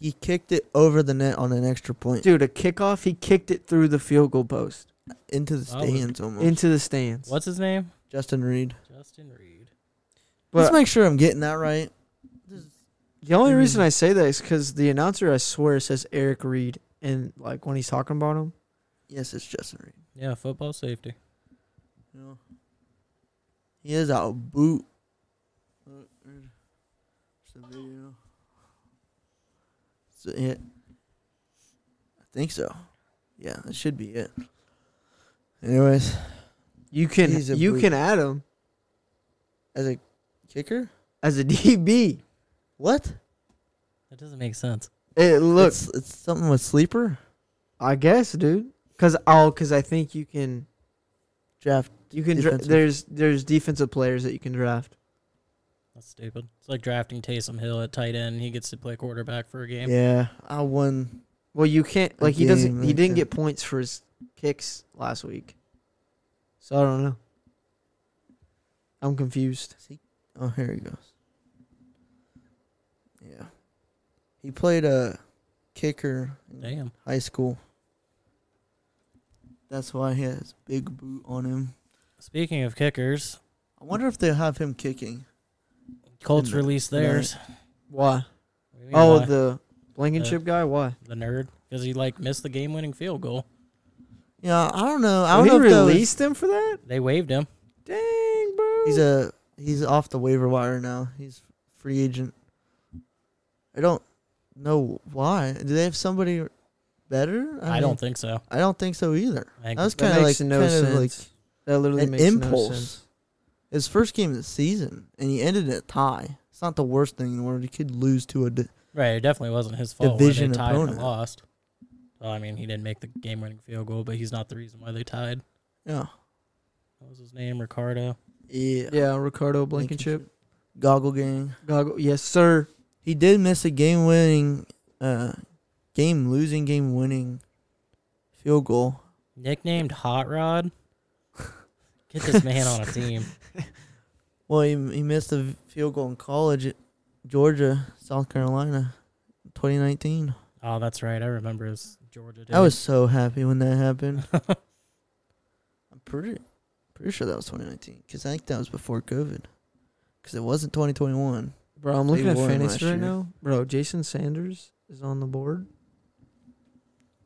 [SPEAKER 2] He kicked it over the net on an extra point
[SPEAKER 1] Dude, a kickoff, he kicked it through the field goal post
[SPEAKER 2] into the
[SPEAKER 3] Solid.
[SPEAKER 2] stands almost.
[SPEAKER 1] into the stands.
[SPEAKER 3] What's his name?
[SPEAKER 2] Justin Reed.
[SPEAKER 3] Justin Reed.
[SPEAKER 1] But
[SPEAKER 2] Let's make sure I'm getting that right.
[SPEAKER 1] the only
[SPEAKER 2] Mm.
[SPEAKER 1] reason I say that is because the announcer, I swear, says Eric Reed, and like when he's talking about him,
[SPEAKER 2] Yes, it's Justin Reed.
[SPEAKER 3] Yeah, football safety.
[SPEAKER 2] No. He is out of boot. Look, there's the video. Is it it? I think so. Yeah, that should be it. Anyways,
[SPEAKER 1] you can
[SPEAKER 2] He's a
[SPEAKER 1] you
[SPEAKER 2] brute.
[SPEAKER 1] can add him
[SPEAKER 2] as a kicker,
[SPEAKER 1] as a DB.
[SPEAKER 2] what?
[SPEAKER 3] That doesn't make sense.
[SPEAKER 1] It look,
[SPEAKER 2] it's, it's something with sleeper
[SPEAKER 1] I guess, dude, because oh, because I think you can
[SPEAKER 2] draft.
[SPEAKER 1] you can dra-
[SPEAKER 2] Defensive.
[SPEAKER 1] there's there's defensive players that you can draft.
[SPEAKER 3] That's stupid. It's like drafting Taysom Hill at tight end. He gets to play quarterback for a game.
[SPEAKER 2] Yeah, I won.
[SPEAKER 1] Well, you can't like he doesn't
[SPEAKER 2] game
[SPEAKER 1] he
[SPEAKER 2] like
[SPEAKER 1] didn't get
[SPEAKER 2] that.
[SPEAKER 1] points for his kicks last week, so I don't know. I'm confused.
[SPEAKER 2] Oh, here he goes. Yeah, he played a kicker. in
[SPEAKER 3] Damn.
[SPEAKER 2] high school. That's why he has big boot on him.
[SPEAKER 3] Speaking of kickers,
[SPEAKER 2] I wonder if they have him kicking.
[SPEAKER 3] Colts
[SPEAKER 2] Tonight. Oh,
[SPEAKER 3] released theirs.
[SPEAKER 1] Why?
[SPEAKER 3] What do you mean,
[SPEAKER 1] Oh,
[SPEAKER 3] why?
[SPEAKER 1] the Blankenship guy. Why?
[SPEAKER 3] the nerd. because he like missed the game-winning field goal.
[SPEAKER 2] Yeah, I don't know. I
[SPEAKER 1] I
[SPEAKER 2] don't
[SPEAKER 1] we
[SPEAKER 2] know if that was-
[SPEAKER 1] released him for that.
[SPEAKER 3] They waived him.
[SPEAKER 1] Dang, bro.
[SPEAKER 2] He's a he's off the waiver wire now. He's free agent. I don't know why. Do they have somebody better?
[SPEAKER 3] I,
[SPEAKER 2] mean,
[SPEAKER 3] don't think so.
[SPEAKER 2] I don't think so either.
[SPEAKER 3] I think
[SPEAKER 2] That was
[SPEAKER 1] that
[SPEAKER 2] kind of like
[SPEAKER 1] makes no
[SPEAKER 2] kind
[SPEAKER 1] sense.
[SPEAKER 2] of like
[SPEAKER 1] that literally
[SPEAKER 2] an
[SPEAKER 1] makes
[SPEAKER 2] impulse.
[SPEAKER 1] no sense.
[SPEAKER 2] his first game of the season, and he ended in a tie. It's not the worst thing in the world. He could lose to a. Di-
[SPEAKER 3] right. It definitely wasn't his fault. why
[SPEAKER 2] Division
[SPEAKER 3] they tied
[SPEAKER 2] opponent.
[SPEAKER 3] and lost. Well, I mean, he didn't make the game-winning field goal, but he's not the reason why they tied.
[SPEAKER 2] yeah.
[SPEAKER 3] What was his name? Ricardo.
[SPEAKER 2] yeah.
[SPEAKER 1] Yeah, Ricardo Blankenship.
[SPEAKER 2] Goggle gang.
[SPEAKER 1] Goggle. Yes, sir.
[SPEAKER 2] He did miss a game winning, uh, game losing, game winning field goal.
[SPEAKER 3] Nicknamed Hot Rod. Get this man on a team.
[SPEAKER 2] Well, he, he missed a field goal in college at Georgia, South Carolina, 2019.
[SPEAKER 3] Oh, that's right. I remember his Georgia. Dude.
[SPEAKER 2] I was so happy when that happened. I'm pretty pretty sure that was 2019 because I think that was before COVID because it wasn't 2021.
[SPEAKER 1] Bro, I'm
[SPEAKER 2] They
[SPEAKER 1] looking at
[SPEAKER 2] won last
[SPEAKER 1] fantasy right
[SPEAKER 2] year.
[SPEAKER 1] now. Bro, Jason Sanders is on the board.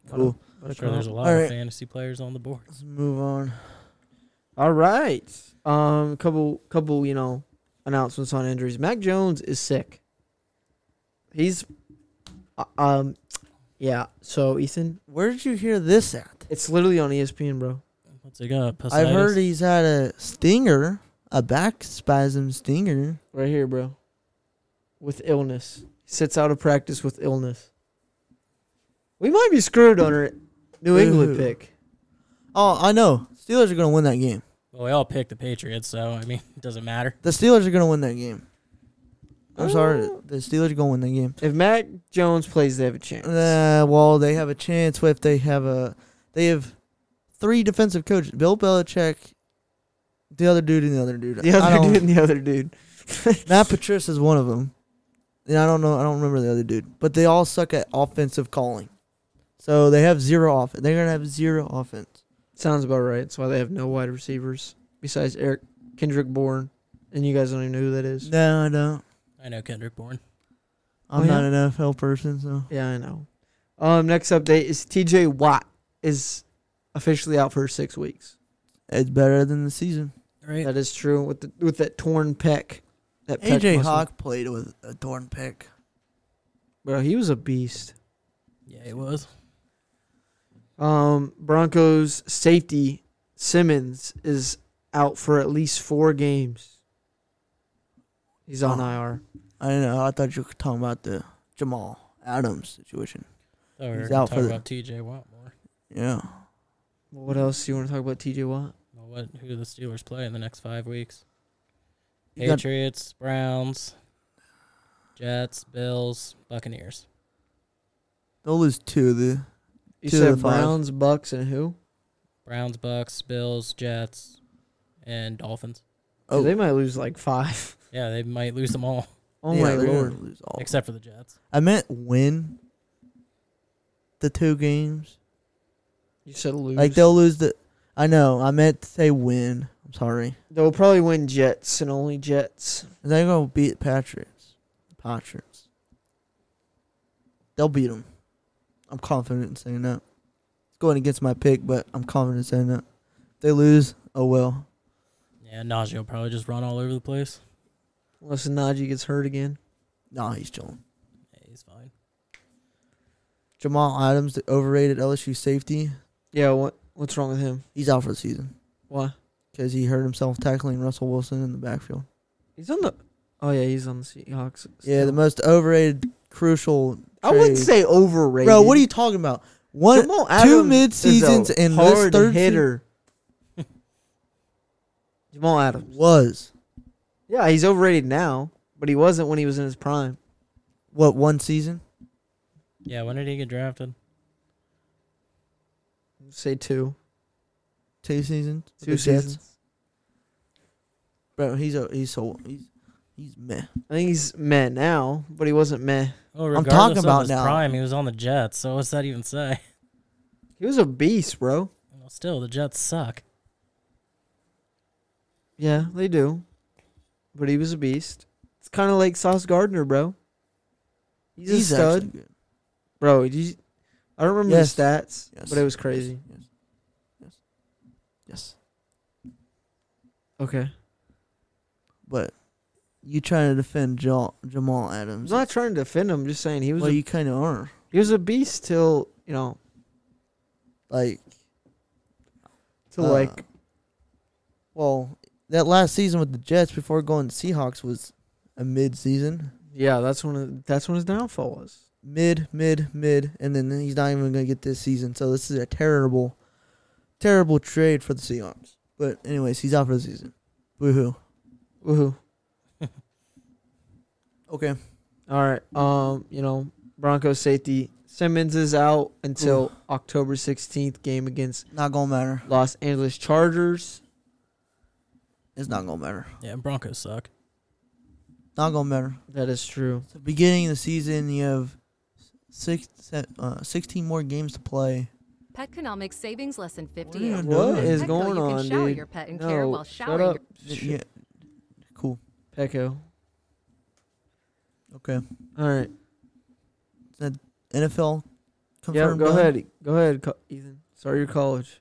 [SPEAKER 1] What a-
[SPEAKER 2] Cool.
[SPEAKER 1] what a
[SPEAKER 3] sure there's a
[SPEAKER 1] comp.
[SPEAKER 3] lot
[SPEAKER 2] All right.
[SPEAKER 3] of fantasy players on the board.
[SPEAKER 2] Let's move on.
[SPEAKER 1] All right. Um, couple, couple, you know, announcements on injuries. Mac Jones is sick. He's, uh, um, yeah. So Ethan,
[SPEAKER 2] Where did you hear this at?
[SPEAKER 1] it's literally on E ESPN, bro.
[SPEAKER 3] What's he got?
[SPEAKER 2] I've
[SPEAKER 3] Pisitis?
[SPEAKER 2] heard he's had a stinger, a back spasm stinger.
[SPEAKER 1] Right here, bro. With illness, sits out of practice with illness. We might be screwed on our New England
[SPEAKER 2] Boo.
[SPEAKER 1] pick.
[SPEAKER 2] Oh, I know. Steelers are going to win that game.
[SPEAKER 3] Well, we all picked the Patriots, so I mean, it doesn't matter.
[SPEAKER 2] The Steelers are going to win that game. I'm sorry.
[SPEAKER 1] Uh.
[SPEAKER 2] The Steelers are going to win that game.
[SPEAKER 1] If Mac Jones plays, they have a chance.
[SPEAKER 2] Uh, well, they have a chance with they have a they have three defensive coaches: Bill Belichick, the other dude, and the other dude.
[SPEAKER 1] the
[SPEAKER 2] I
[SPEAKER 1] other
[SPEAKER 2] don't-
[SPEAKER 1] dude and the other dude.
[SPEAKER 2] Matt Patrice is one of them, and I don't know. I don't remember the other dude, but they all suck at offensive calling. So they have zero off. They're gonna have zero offense.
[SPEAKER 1] Sounds about right. That's why they have no wide receivers besides Eric Kendrick Bourne, and you guys don't even know who that is.
[SPEAKER 2] No, I don't.
[SPEAKER 3] I know Kendrick Bourne.
[SPEAKER 2] I'm
[SPEAKER 1] Oh, yeah?
[SPEAKER 2] not an NFL person, so
[SPEAKER 1] Yeah, I know. Um, next update is T.J. Watt is officially out for six weeks.
[SPEAKER 2] it's better than the season.
[SPEAKER 3] Right?
[SPEAKER 1] That is true with the, with that torn pec. That pec
[SPEAKER 2] AJ
[SPEAKER 1] muscle.
[SPEAKER 2] Hawk played with a torn pick.
[SPEAKER 1] bro, he was a beast.
[SPEAKER 3] yeah, it was.
[SPEAKER 1] Um, Broncos safety Simmons is out for at least four games. He's on
[SPEAKER 2] Oh.
[SPEAKER 1] IR.
[SPEAKER 2] I don't know. I thought you were talking about the Jamal Adams situation.
[SPEAKER 3] Oh, we
[SPEAKER 2] He's
[SPEAKER 3] were
[SPEAKER 2] out for
[SPEAKER 3] talking
[SPEAKER 2] the-
[SPEAKER 3] about TJ Watt more.
[SPEAKER 2] Yeah.
[SPEAKER 1] What else do you want to talk about? T.J. Watt.
[SPEAKER 3] Well, what, who the Steelers play in the next five weeks?
[SPEAKER 2] You got-
[SPEAKER 3] Patriots, Browns, Jets, Bills, Buccaneers.
[SPEAKER 2] They'll lose two of the
[SPEAKER 1] You
[SPEAKER 2] Two of
[SPEAKER 1] said
[SPEAKER 2] the five.
[SPEAKER 1] Browns, Bucks, and who?
[SPEAKER 3] Browns, Bucks, Bills, Jets, and Dolphins.
[SPEAKER 1] Oh.
[SPEAKER 2] Oh.
[SPEAKER 1] they might lose like five.
[SPEAKER 3] Yeah, they might lose them all
[SPEAKER 1] Oh
[SPEAKER 2] Yeah,
[SPEAKER 1] my
[SPEAKER 2] they're gonna
[SPEAKER 1] lord.
[SPEAKER 2] lose all.
[SPEAKER 3] except for the Jets.
[SPEAKER 2] I meant win the two games.
[SPEAKER 1] You said lose.
[SPEAKER 2] Like they'll lose the. I know. I meant to say win. I'm sorry.
[SPEAKER 1] They'll probably win Jets and only Jets.
[SPEAKER 2] They're gonna beat Patriots. Patriots. They'll beat them. I'm confident in saying that. It's going against my pick, but I'm confident in saying that. They lose. Oh well.
[SPEAKER 3] Yeah, Najee will probably just run all over the place.
[SPEAKER 1] Unless Najee gets hurt again.
[SPEAKER 2] Nah, he's chilling.
[SPEAKER 3] Yeah, he's fine.
[SPEAKER 2] Jamal Adams, the overrated LSU safety.
[SPEAKER 1] Yeah, what what's wrong with him?
[SPEAKER 2] He's out for the season
[SPEAKER 1] Why?
[SPEAKER 2] because he hurt himself tackling Russell Wilson in the backfield.
[SPEAKER 1] He's on the Oh yeah, he's on the Seahawks.
[SPEAKER 2] Yeah,
[SPEAKER 1] still.
[SPEAKER 2] the most overrated, crucial.
[SPEAKER 1] I wouldn't
[SPEAKER 2] trade.
[SPEAKER 1] say overrated.
[SPEAKER 2] Bro, what are you talking about? One,
[SPEAKER 1] Jamal
[SPEAKER 2] two
[SPEAKER 1] Adams
[SPEAKER 2] mid seasons
[SPEAKER 1] is a
[SPEAKER 2] and this
[SPEAKER 1] hard
[SPEAKER 2] third
[SPEAKER 1] hitter. Jamal
[SPEAKER 2] season
[SPEAKER 1] Adams.
[SPEAKER 2] was
[SPEAKER 1] Yeah, he's overrated now, but he wasn't when he was in his prime.
[SPEAKER 2] what one season?
[SPEAKER 3] Yeah, when did he get drafted?
[SPEAKER 1] Say two,
[SPEAKER 2] Two seasons? with
[SPEAKER 1] two
[SPEAKER 2] the Jets?
[SPEAKER 1] seasons.
[SPEAKER 2] Bro, he's a, he's so he's he's meh.
[SPEAKER 1] I think he's meh now, but he wasn't meh.
[SPEAKER 3] Well,
[SPEAKER 2] I'm talking
[SPEAKER 3] Oh, regardless of
[SPEAKER 2] about
[SPEAKER 3] his
[SPEAKER 2] now.
[SPEAKER 3] prime, he was on the Jets. So what's that even say?
[SPEAKER 1] He was a beast, bro.
[SPEAKER 3] Well, still, the Jets suck.
[SPEAKER 1] Yeah, they do. But he was a beast. It's kind of like Sauce Gardner, bro. He's,
[SPEAKER 2] He's
[SPEAKER 1] a stud,
[SPEAKER 2] actually good.
[SPEAKER 1] bro. Did you, I don't remember
[SPEAKER 2] Yes.
[SPEAKER 1] the stats,
[SPEAKER 2] Yes.
[SPEAKER 1] but it was crazy.
[SPEAKER 2] Yes. Yes. Yes.
[SPEAKER 1] Okay.
[SPEAKER 2] But you trying to defend Jamal, Jamal
[SPEAKER 1] I'm
[SPEAKER 2] Adams?
[SPEAKER 1] not trying to defend him. I'm just saying he was
[SPEAKER 2] well,
[SPEAKER 1] a,
[SPEAKER 2] you kind of are.
[SPEAKER 1] he was a beast till you know
[SPEAKER 2] Like,
[SPEAKER 1] till
[SPEAKER 2] uh,
[SPEAKER 1] like
[SPEAKER 2] well, that last season with the Jets before going to Seahawks was a mid-season,
[SPEAKER 1] yeah. That's when it- that's when his downfall was.
[SPEAKER 2] mid, mid, mid, and then he's not even going to get this season. So this is a terrible, terrible trade for the Seahawks. But anyways, he's out for the season. Boo hoo.
[SPEAKER 1] Woohoo!
[SPEAKER 2] Okay.
[SPEAKER 1] All right. Um, you know Broncos safety Simmons is out until October 16th game against
[SPEAKER 2] Not gonna matter.
[SPEAKER 1] Los Angeles Chargers.
[SPEAKER 2] It's not gonna matter.
[SPEAKER 3] Yeah, Broncos suck.
[SPEAKER 2] Not gonna matter.
[SPEAKER 1] That is true.
[SPEAKER 2] It's the beginning of the season. You have six, se- uh, 16 more games to play.
[SPEAKER 4] Petconomics savings less than 50.
[SPEAKER 2] What are you
[SPEAKER 4] at
[SPEAKER 1] What
[SPEAKER 2] doing?
[SPEAKER 4] Petco,
[SPEAKER 1] is
[SPEAKER 4] you
[SPEAKER 1] going
[SPEAKER 4] can
[SPEAKER 1] on,
[SPEAKER 4] shower
[SPEAKER 1] dude?
[SPEAKER 4] your pet and
[SPEAKER 1] no,
[SPEAKER 4] care while
[SPEAKER 1] shut
[SPEAKER 4] showering
[SPEAKER 1] up,
[SPEAKER 4] your-
[SPEAKER 2] Yeah. Cool.
[SPEAKER 1] Pecco.
[SPEAKER 2] Okay.
[SPEAKER 1] All right.
[SPEAKER 2] NFL.
[SPEAKER 1] Yeah,
[SPEAKER 2] confirmed
[SPEAKER 1] go
[SPEAKER 2] done?
[SPEAKER 1] ahead. Go ahead, Co- Ethan. Start your college.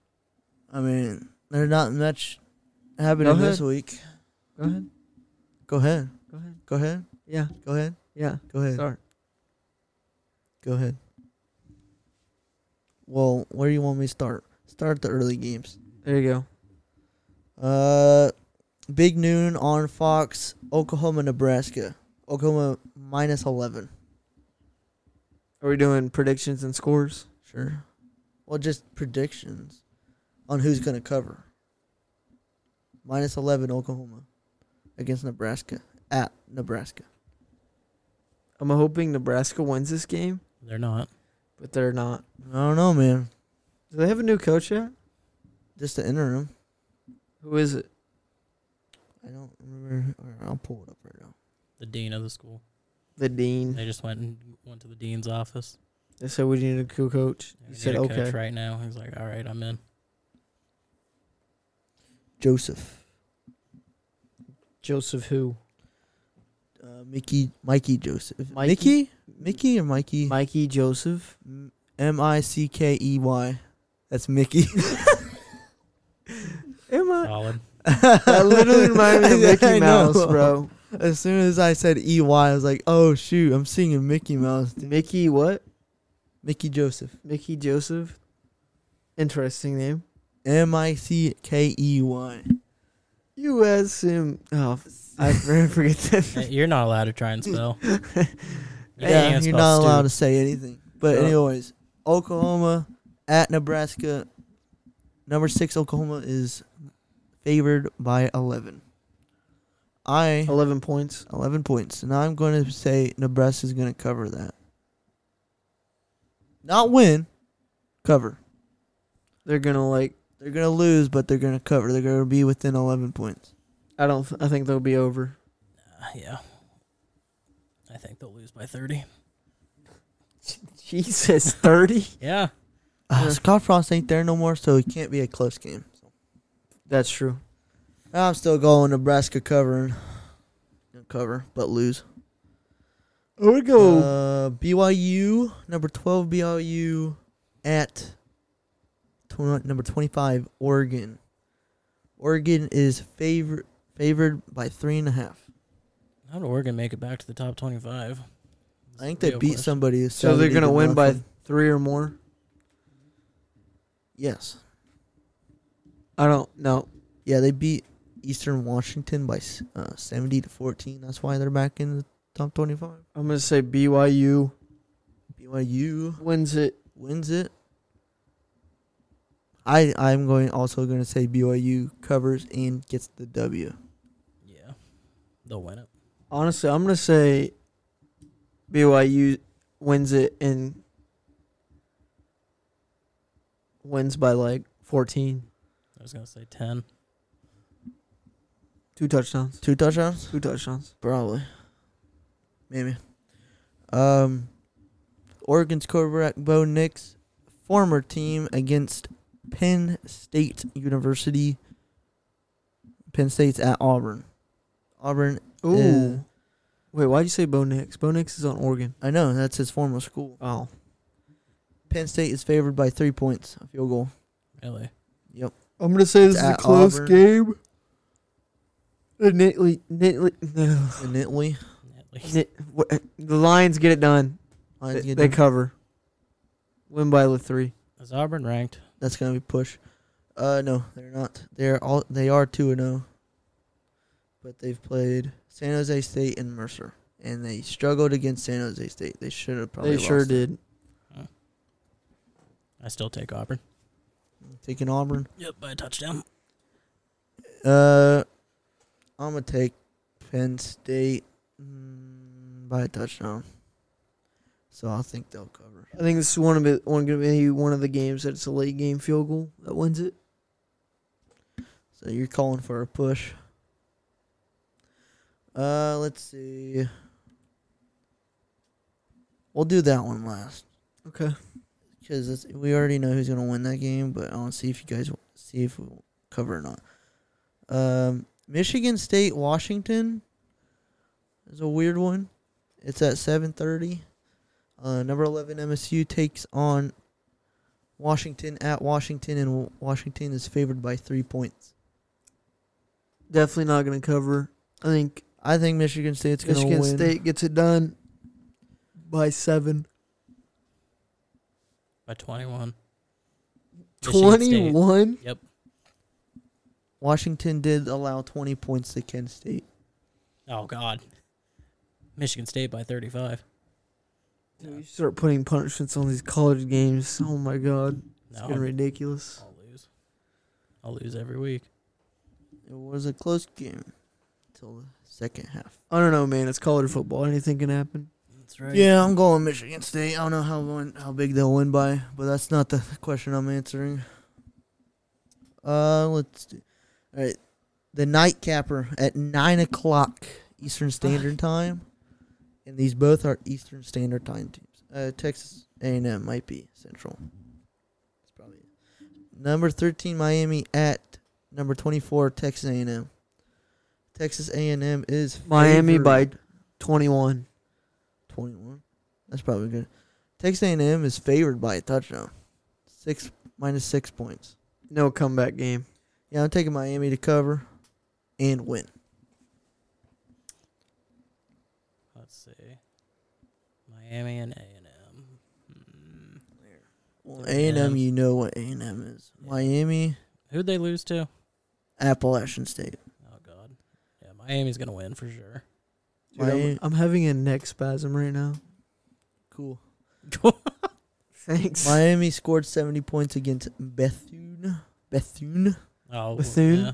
[SPEAKER 2] I mean, there's not much happening
[SPEAKER 1] Go
[SPEAKER 2] this week.
[SPEAKER 1] Go ahead.
[SPEAKER 2] Go ahead.
[SPEAKER 1] Go ahead.
[SPEAKER 2] Go ahead.
[SPEAKER 1] Yeah.
[SPEAKER 2] Go ahead.
[SPEAKER 1] Yeah.
[SPEAKER 2] Go ahead.
[SPEAKER 1] Start.
[SPEAKER 2] Go ahead. Well, where do you want me to start? Start the early games.
[SPEAKER 1] There you go.
[SPEAKER 2] Uh, big noon on Fox, Oklahoma, Nebraska. Oklahoma minus 11.
[SPEAKER 1] Are we doing predictions and scores?
[SPEAKER 2] Sure. Well, just predictions on who's going to cover. Minus 11, Oklahoma against Nebraska. At Nebraska.
[SPEAKER 1] I'm hoping Nebraska wins this game,
[SPEAKER 3] They're not.
[SPEAKER 1] but they're not.
[SPEAKER 2] I don't know, man.
[SPEAKER 1] Do they have a new coach yet?
[SPEAKER 2] Just the interim.
[SPEAKER 1] Who is it?
[SPEAKER 2] I don't remember. All right, I'll pull it up right now.
[SPEAKER 3] The dean of the school.
[SPEAKER 1] The dean.
[SPEAKER 3] They just went and went to the dean's office.
[SPEAKER 1] They said we need a cool coach.
[SPEAKER 3] Yeah,
[SPEAKER 1] You
[SPEAKER 3] we
[SPEAKER 1] said
[SPEAKER 3] need a
[SPEAKER 1] okay.
[SPEAKER 3] Coach right now, he's like, "All right, I'm in."
[SPEAKER 2] Joseph.
[SPEAKER 1] Joseph who?
[SPEAKER 2] Uh, Mickey. Mikey Joseph.
[SPEAKER 1] Mikey?
[SPEAKER 2] Mickey? Mickey or Mikey?
[SPEAKER 1] Mikey Joseph.
[SPEAKER 2] M I C K E Y. That's Mickey.
[SPEAKER 1] Am I?
[SPEAKER 3] Solid.
[SPEAKER 1] That literally reminded me of
[SPEAKER 2] I
[SPEAKER 1] Mickey
[SPEAKER 2] know.
[SPEAKER 1] Mouse, bro.
[SPEAKER 2] As soon as I said E Y, I was like, oh, shoot, I'm singing Mickey Mouse. dude.
[SPEAKER 1] Mickey what?
[SPEAKER 2] Mickey Joseph.
[SPEAKER 1] Mickey Joseph. Interesting name.
[SPEAKER 2] M I C K E Y.
[SPEAKER 1] USM. Oh, I forget that.
[SPEAKER 3] Hey, You're not allowed to try and spell. You can't
[SPEAKER 2] Yeah,
[SPEAKER 3] even
[SPEAKER 2] you're
[SPEAKER 3] spell
[SPEAKER 2] not
[SPEAKER 3] Stu.
[SPEAKER 2] allowed to say anything. But
[SPEAKER 1] Shut up.
[SPEAKER 2] anyways, Oklahoma at Nebraska. Number six Oklahoma is favored by eleven. I
[SPEAKER 1] 11 points.
[SPEAKER 2] eleven points, and I'm going to say Nebraska is going to cover that. Not win, cover.
[SPEAKER 1] They're going to like
[SPEAKER 2] They're going to lose, but they're going to cover. They're going to be within eleven points.
[SPEAKER 1] I don't th- I think they'll be over.
[SPEAKER 3] Uh, yeah. I think they'll lose by 30.
[SPEAKER 1] Jesus, 30?
[SPEAKER 3] Yeah.
[SPEAKER 2] Uh,
[SPEAKER 1] Yeah.
[SPEAKER 2] Scott Frost ain't there no more, so it can't be a close game.
[SPEAKER 1] That's true.
[SPEAKER 2] I'm still going Nebraska covering. Gonna Cover, but lose.
[SPEAKER 1] I would go
[SPEAKER 2] Uh, BYU, number 12 BYU at tw- number 25 Oregon. Oregon is favor- favored by three and a half.
[SPEAKER 3] How did Oregon make it back to the top 25?
[SPEAKER 2] I think they
[SPEAKER 3] Real
[SPEAKER 2] beat
[SPEAKER 3] question.
[SPEAKER 2] somebody.
[SPEAKER 1] So they're
[SPEAKER 2] 70
[SPEAKER 1] gonna win by
[SPEAKER 2] nothing.
[SPEAKER 1] three or more.
[SPEAKER 2] yes.
[SPEAKER 1] I don't know.
[SPEAKER 2] Yeah, they beat Eastern Washington by s- uh, 70 to 14. That's why they're back in the top 25.
[SPEAKER 1] I'm gonna say BYU
[SPEAKER 2] BYU
[SPEAKER 1] wins it.
[SPEAKER 2] wins it. I I'm going also going to say BYU covers and gets the W.
[SPEAKER 3] Yeah. They'll win it.
[SPEAKER 1] Honestly, I'm gonna say BYU wins it and wins by like 14,
[SPEAKER 3] I was going to say 10.
[SPEAKER 1] two touchdowns,
[SPEAKER 2] Two touchdowns,
[SPEAKER 1] two touchdowns.
[SPEAKER 2] probably, maybe. Um, Oregon's quarterback Bo Nix, former team against Penn State University. Penn State's at Auburn. Auburn,
[SPEAKER 1] Ooh.
[SPEAKER 2] Yeah.
[SPEAKER 1] Wait, why'd you say Bo Nix? Bo Nix is on Oregon.
[SPEAKER 2] I know that's his former school.
[SPEAKER 1] Oh,
[SPEAKER 2] Penn State is favored by three points. A field goal.
[SPEAKER 3] Really?
[SPEAKER 2] Yep.
[SPEAKER 1] I'm gonna say this
[SPEAKER 2] It's
[SPEAKER 1] is a
[SPEAKER 2] at
[SPEAKER 1] close
[SPEAKER 2] Auburn.
[SPEAKER 1] game. The Nittany, Nittany,
[SPEAKER 2] And Italy.
[SPEAKER 3] At least.
[SPEAKER 1] Nit- what- uh, the Lions get it done.
[SPEAKER 2] Lions
[SPEAKER 1] they
[SPEAKER 2] get
[SPEAKER 1] they
[SPEAKER 2] done.
[SPEAKER 1] cover. Win by the three.
[SPEAKER 3] Is Auburn ranked?
[SPEAKER 2] That's gonna be push. Uh, no, they're not. They're all. They are two and zero. But they've played San Jose State and Mercer, and they struggled against San Jose State. They should have probably.
[SPEAKER 1] they sure
[SPEAKER 2] lost.
[SPEAKER 1] did.
[SPEAKER 3] I still take Auburn.
[SPEAKER 2] Taking Auburn.
[SPEAKER 3] Yep, by a touchdown.
[SPEAKER 2] Uh, I'm gonna take Penn State mm, by a touchdown. So I think they'll cover.
[SPEAKER 1] I think this is one of the, one gonna be one of the games that it's a late game field goal that wins it.
[SPEAKER 2] So you're calling for a push. Uh, let's see. We'll do that one last
[SPEAKER 1] Okay.
[SPEAKER 2] because we already know who's gonna win that game, but I want to see if you guys will see if we'll cover or not. Um, Michigan State Washington is a weird one. It's at seven thirty. Uh, number eleven MSU takes on Washington at Washington, and Washington is favored by three points.
[SPEAKER 1] Definitely not gonna cover. I think
[SPEAKER 2] I think Michigan State's going to win.
[SPEAKER 1] Michigan State gets it done by seven.
[SPEAKER 3] By 21. Michigan State.
[SPEAKER 1] Twenty one.
[SPEAKER 3] Yep.
[SPEAKER 2] Washington did allow 20 points to Kent State.
[SPEAKER 3] Oh, God. Michigan State by 35. No,
[SPEAKER 1] You start putting punishments on these college games. Oh my god, it's
[SPEAKER 3] no,
[SPEAKER 1] getting ridiculous.
[SPEAKER 3] I'll lose. I'll lose every week.
[SPEAKER 2] It was a close game until the second half.
[SPEAKER 1] I don't know, man. It's college football. Anything can happen.
[SPEAKER 3] That's right.
[SPEAKER 2] Yeah, I'm going Michigan State. I don't know how win, how big they'll win by, but that's not the question I'm answering. Uh, let's do. All right, the night capper at nine o'clock Eastern Standard Time, and these both are Eastern Standard Time teams. Uh, Texas A&M might be Central. It's probably number thirteen Miami at number twenty-four Texas A&M. Texas A&M is
[SPEAKER 1] Miami by
[SPEAKER 2] favored-
[SPEAKER 1] Twenty one.
[SPEAKER 2] 21. That's probably good. Texas A&M is favored by a touchdown. Six minus six points.
[SPEAKER 1] No comeback game.
[SPEAKER 2] Yeah, I'm taking Miami to cover and win.
[SPEAKER 3] Let's see. Miami and A&M. Hmm.
[SPEAKER 2] Well,
[SPEAKER 3] Yeah.
[SPEAKER 2] A&M, you know what A&M is.
[SPEAKER 3] Yeah.
[SPEAKER 2] Miami,
[SPEAKER 3] Who'd they lose to?
[SPEAKER 2] Appalachian State.
[SPEAKER 3] Oh, God. Yeah, Miami's going to win for sure.
[SPEAKER 1] Dude, I'm,
[SPEAKER 2] Miami-
[SPEAKER 1] I'm having a neck spasm right now.
[SPEAKER 2] cool.
[SPEAKER 1] Thanks.
[SPEAKER 2] Miami scored 70 points against Bethune. Bethune.
[SPEAKER 3] oh,
[SPEAKER 1] Bethune?
[SPEAKER 3] yeah.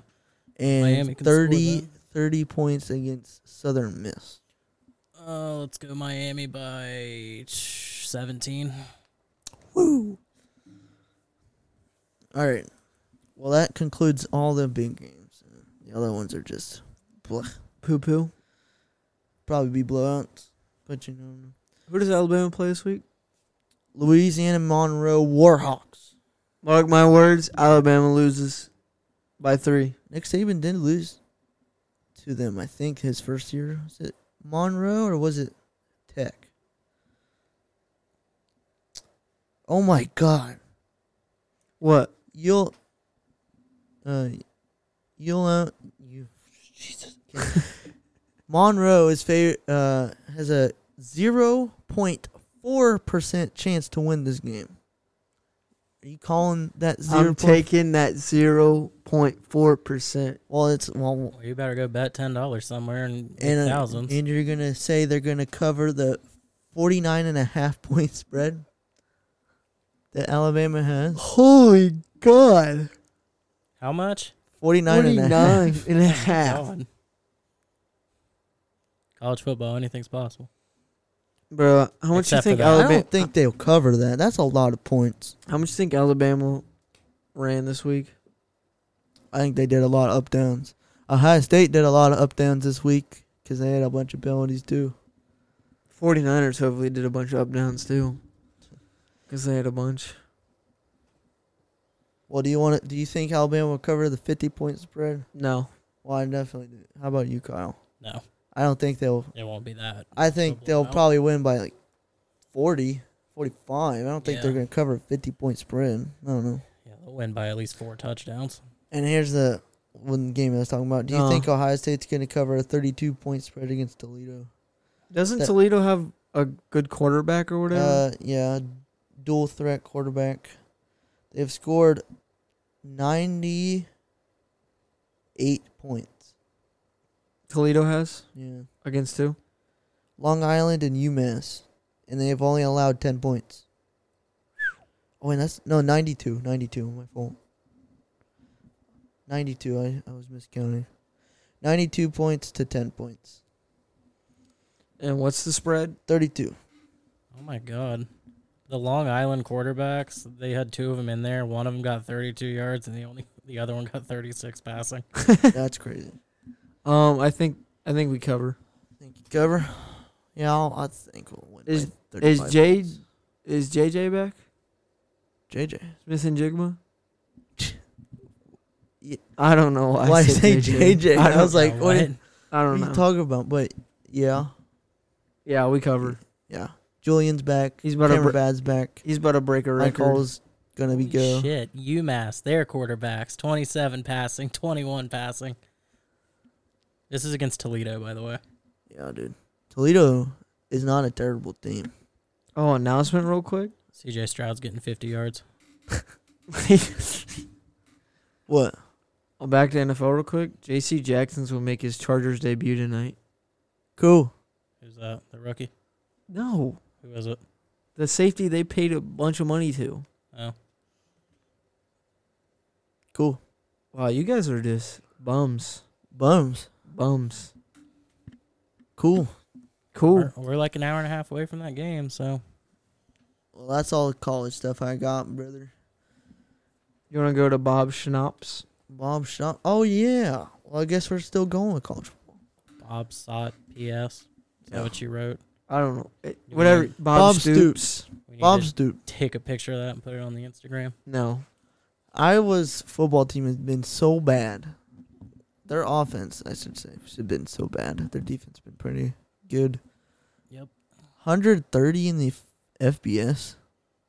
[SPEAKER 2] And
[SPEAKER 3] Miami can score
[SPEAKER 2] 30,
[SPEAKER 3] that.
[SPEAKER 2] 30 points against Southern Miss.
[SPEAKER 3] Uh, let's go Miami by 17.
[SPEAKER 2] Woo! All right. Well, that concludes all the big games. The other ones are just
[SPEAKER 1] Poo poo.
[SPEAKER 2] probably be blowouts, but you know,
[SPEAKER 1] Who does Alabama play this week?
[SPEAKER 2] Louisiana Monroe Warhawks.
[SPEAKER 1] Mark my words. Alabama loses by three.
[SPEAKER 2] Nick Saban did lose to them, I think, his first year. Was it Monroe or was it Tech? Oh my God!
[SPEAKER 1] What?
[SPEAKER 2] You'll, uh, you'll uh, you, Jesus. Monroe is fav- uh has a zero point four percent chance to win this game. Are you calling that zero?
[SPEAKER 1] I'm
[SPEAKER 2] point
[SPEAKER 1] taking that zero point four percent.
[SPEAKER 2] Well, it's well,
[SPEAKER 3] Well, you better go bet $10 somewhere and,
[SPEAKER 2] and, uh,
[SPEAKER 3] thousands.
[SPEAKER 2] and you're gonna say they're gonna cover the 49 and a half point spread that Alabama has.
[SPEAKER 1] Holy God!
[SPEAKER 3] How much?
[SPEAKER 2] 49
[SPEAKER 1] Forty
[SPEAKER 2] and a half.
[SPEAKER 1] nine and a half,
[SPEAKER 3] Going. College football, anything's possible.
[SPEAKER 1] bro. How much
[SPEAKER 3] Except for
[SPEAKER 1] you think
[SPEAKER 3] that.
[SPEAKER 2] I
[SPEAKER 1] Alabama?
[SPEAKER 2] don't think they'll cover that. That's a lot of points.
[SPEAKER 1] How much you think Alabama ran this week?
[SPEAKER 2] I think they did a lot of up downs. Ohio State did a lot of up downs this week because they had a bunch of penalties too.
[SPEAKER 1] 49ers hopefully did a bunch of up downs too. Because they had a bunch.
[SPEAKER 2] Well, do you want to? Do you think Alabama will cover the 50 point spread?
[SPEAKER 1] No.
[SPEAKER 2] Well, I definitely do. How about you, Kyle?
[SPEAKER 3] No,
[SPEAKER 2] I don't think they'll.
[SPEAKER 3] it won't be that.
[SPEAKER 2] I think
[SPEAKER 3] Double
[SPEAKER 2] they'll
[SPEAKER 3] out.
[SPEAKER 2] probably win by like 40, 45. I don't think
[SPEAKER 3] Yeah.
[SPEAKER 2] they're going to cover a 50 point spread. I don't know.
[SPEAKER 3] Yeah, they'll win by at least four touchdowns.
[SPEAKER 2] And here's the one game I was talking about. Do you
[SPEAKER 1] Uh.
[SPEAKER 2] think Ohio State's going to cover a 32 point spread against Toledo?
[SPEAKER 1] Doesn't
[SPEAKER 2] That-
[SPEAKER 1] Toledo have a good quarterback or whatever?
[SPEAKER 2] Uh, yeah, dual threat quarterback. They've scored 98 points.
[SPEAKER 1] Toledo has
[SPEAKER 2] Yeah.
[SPEAKER 1] against two.
[SPEAKER 2] Long Island and UMass, and they have only allowed 10 points. Oh, and that's no 92, 92. My fault. 92. I, I was miscounting. 92 points to 10 points.
[SPEAKER 1] And what's the spread?
[SPEAKER 2] 32.
[SPEAKER 3] Oh my god. The Long Island quarterbacks, they had two of them in there. One of them got 32 yards, and the only the other one got 36 passing.
[SPEAKER 2] that's crazy.
[SPEAKER 1] Um, I think I think we cover.
[SPEAKER 2] Thank you, cover. Yeah, I'll, I think we'll win. by
[SPEAKER 1] Is-
[SPEAKER 2] 35
[SPEAKER 1] is Jade-
[SPEAKER 2] points.
[SPEAKER 1] Is JJ back?
[SPEAKER 2] JJ?
[SPEAKER 1] Smith and Jigma.
[SPEAKER 2] Yeah.
[SPEAKER 1] I don't know why.
[SPEAKER 2] Why
[SPEAKER 1] I
[SPEAKER 2] you say
[SPEAKER 1] said
[SPEAKER 2] JJ?
[SPEAKER 1] I
[SPEAKER 2] I
[SPEAKER 1] don't,
[SPEAKER 2] was like,
[SPEAKER 3] Yeah,
[SPEAKER 2] what,
[SPEAKER 3] right?
[SPEAKER 1] I
[SPEAKER 2] what are
[SPEAKER 1] don't
[SPEAKER 2] you
[SPEAKER 1] know.
[SPEAKER 2] talking about? But yeah,
[SPEAKER 1] yeah, we cover.
[SPEAKER 2] yeah. Julian's back.
[SPEAKER 1] He's about to
[SPEAKER 2] Cameron
[SPEAKER 1] br-
[SPEAKER 2] Bad's back.
[SPEAKER 1] He's about to break a
[SPEAKER 2] My
[SPEAKER 1] record.
[SPEAKER 2] call's gonna be
[SPEAKER 3] Holy
[SPEAKER 2] go.
[SPEAKER 3] Shit, UMass, their quarterbacks, 27 passing, 21 passing. This is against Toledo, by the way.
[SPEAKER 2] Yeah, dude. Toledo is not a terrible team.
[SPEAKER 1] Oh, announcement real quick.
[SPEAKER 3] CJ Stroud's getting 50 yards.
[SPEAKER 2] What?
[SPEAKER 1] Well, Oh, back to NFL real quick. J.C. Jackson's will make his Chargers debut tonight.
[SPEAKER 2] Cool.
[SPEAKER 3] Who's that? The rookie?
[SPEAKER 1] No,
[SPEAKER 3] Who is it?
[SPEAKER 1] the safety they paid a bunch of money to.
[SPEAKER 3] Oh,
[SPEAKER 2] Cool.
[SPEAKER 1] Wow, you guys are just bums,
[SPEAKER 2] Bums.
[SPEAKER 1] bums.
[SPEAKER 2] Cool.
[SPEAKER 1] Cool.
[SPEAKER 3] we're, we're like an hour and a half away from that game, so
[SPEAKER 2] Well, that's all the college stuff I got, brother.
[SPEAKER 1] You want to go to Bob Schnapps?
[SPEAKER 2] Bob Shop. Oh yeah. Well, I guess we're still going with college.
[SPEAKER 3] Bob Sott, PS. Is that
[SPEAKER 2] Yeah.
[SPEAKER 3] what you wrote?
[SPEAKER 1] I don't know. It-
[SPEAKER 3] You
[SPEAKER 1] whatever.
[SPEAKER 3] mean-
[SPEAKER 1] Bob,
[SPEAKER 2] Bob
[SPEAKER 1] Stoops.
[SPEAKER 3] We need
[SPEAKER 2] Bob's
[SPEAKER 3] to
[SPEAKER 2] dude.
[SPEAKER 3] take a picture of that and put it on the Instagram.
[SPEAKER 1] No.
[SPEAKER 2] Iowa's football team has been so bad. Their offense, I should say, has been so bad. Their defense has been pretty good.
[SPEAKER 3] Yep.
[SPEAKER 2] 130 in the F- FBS.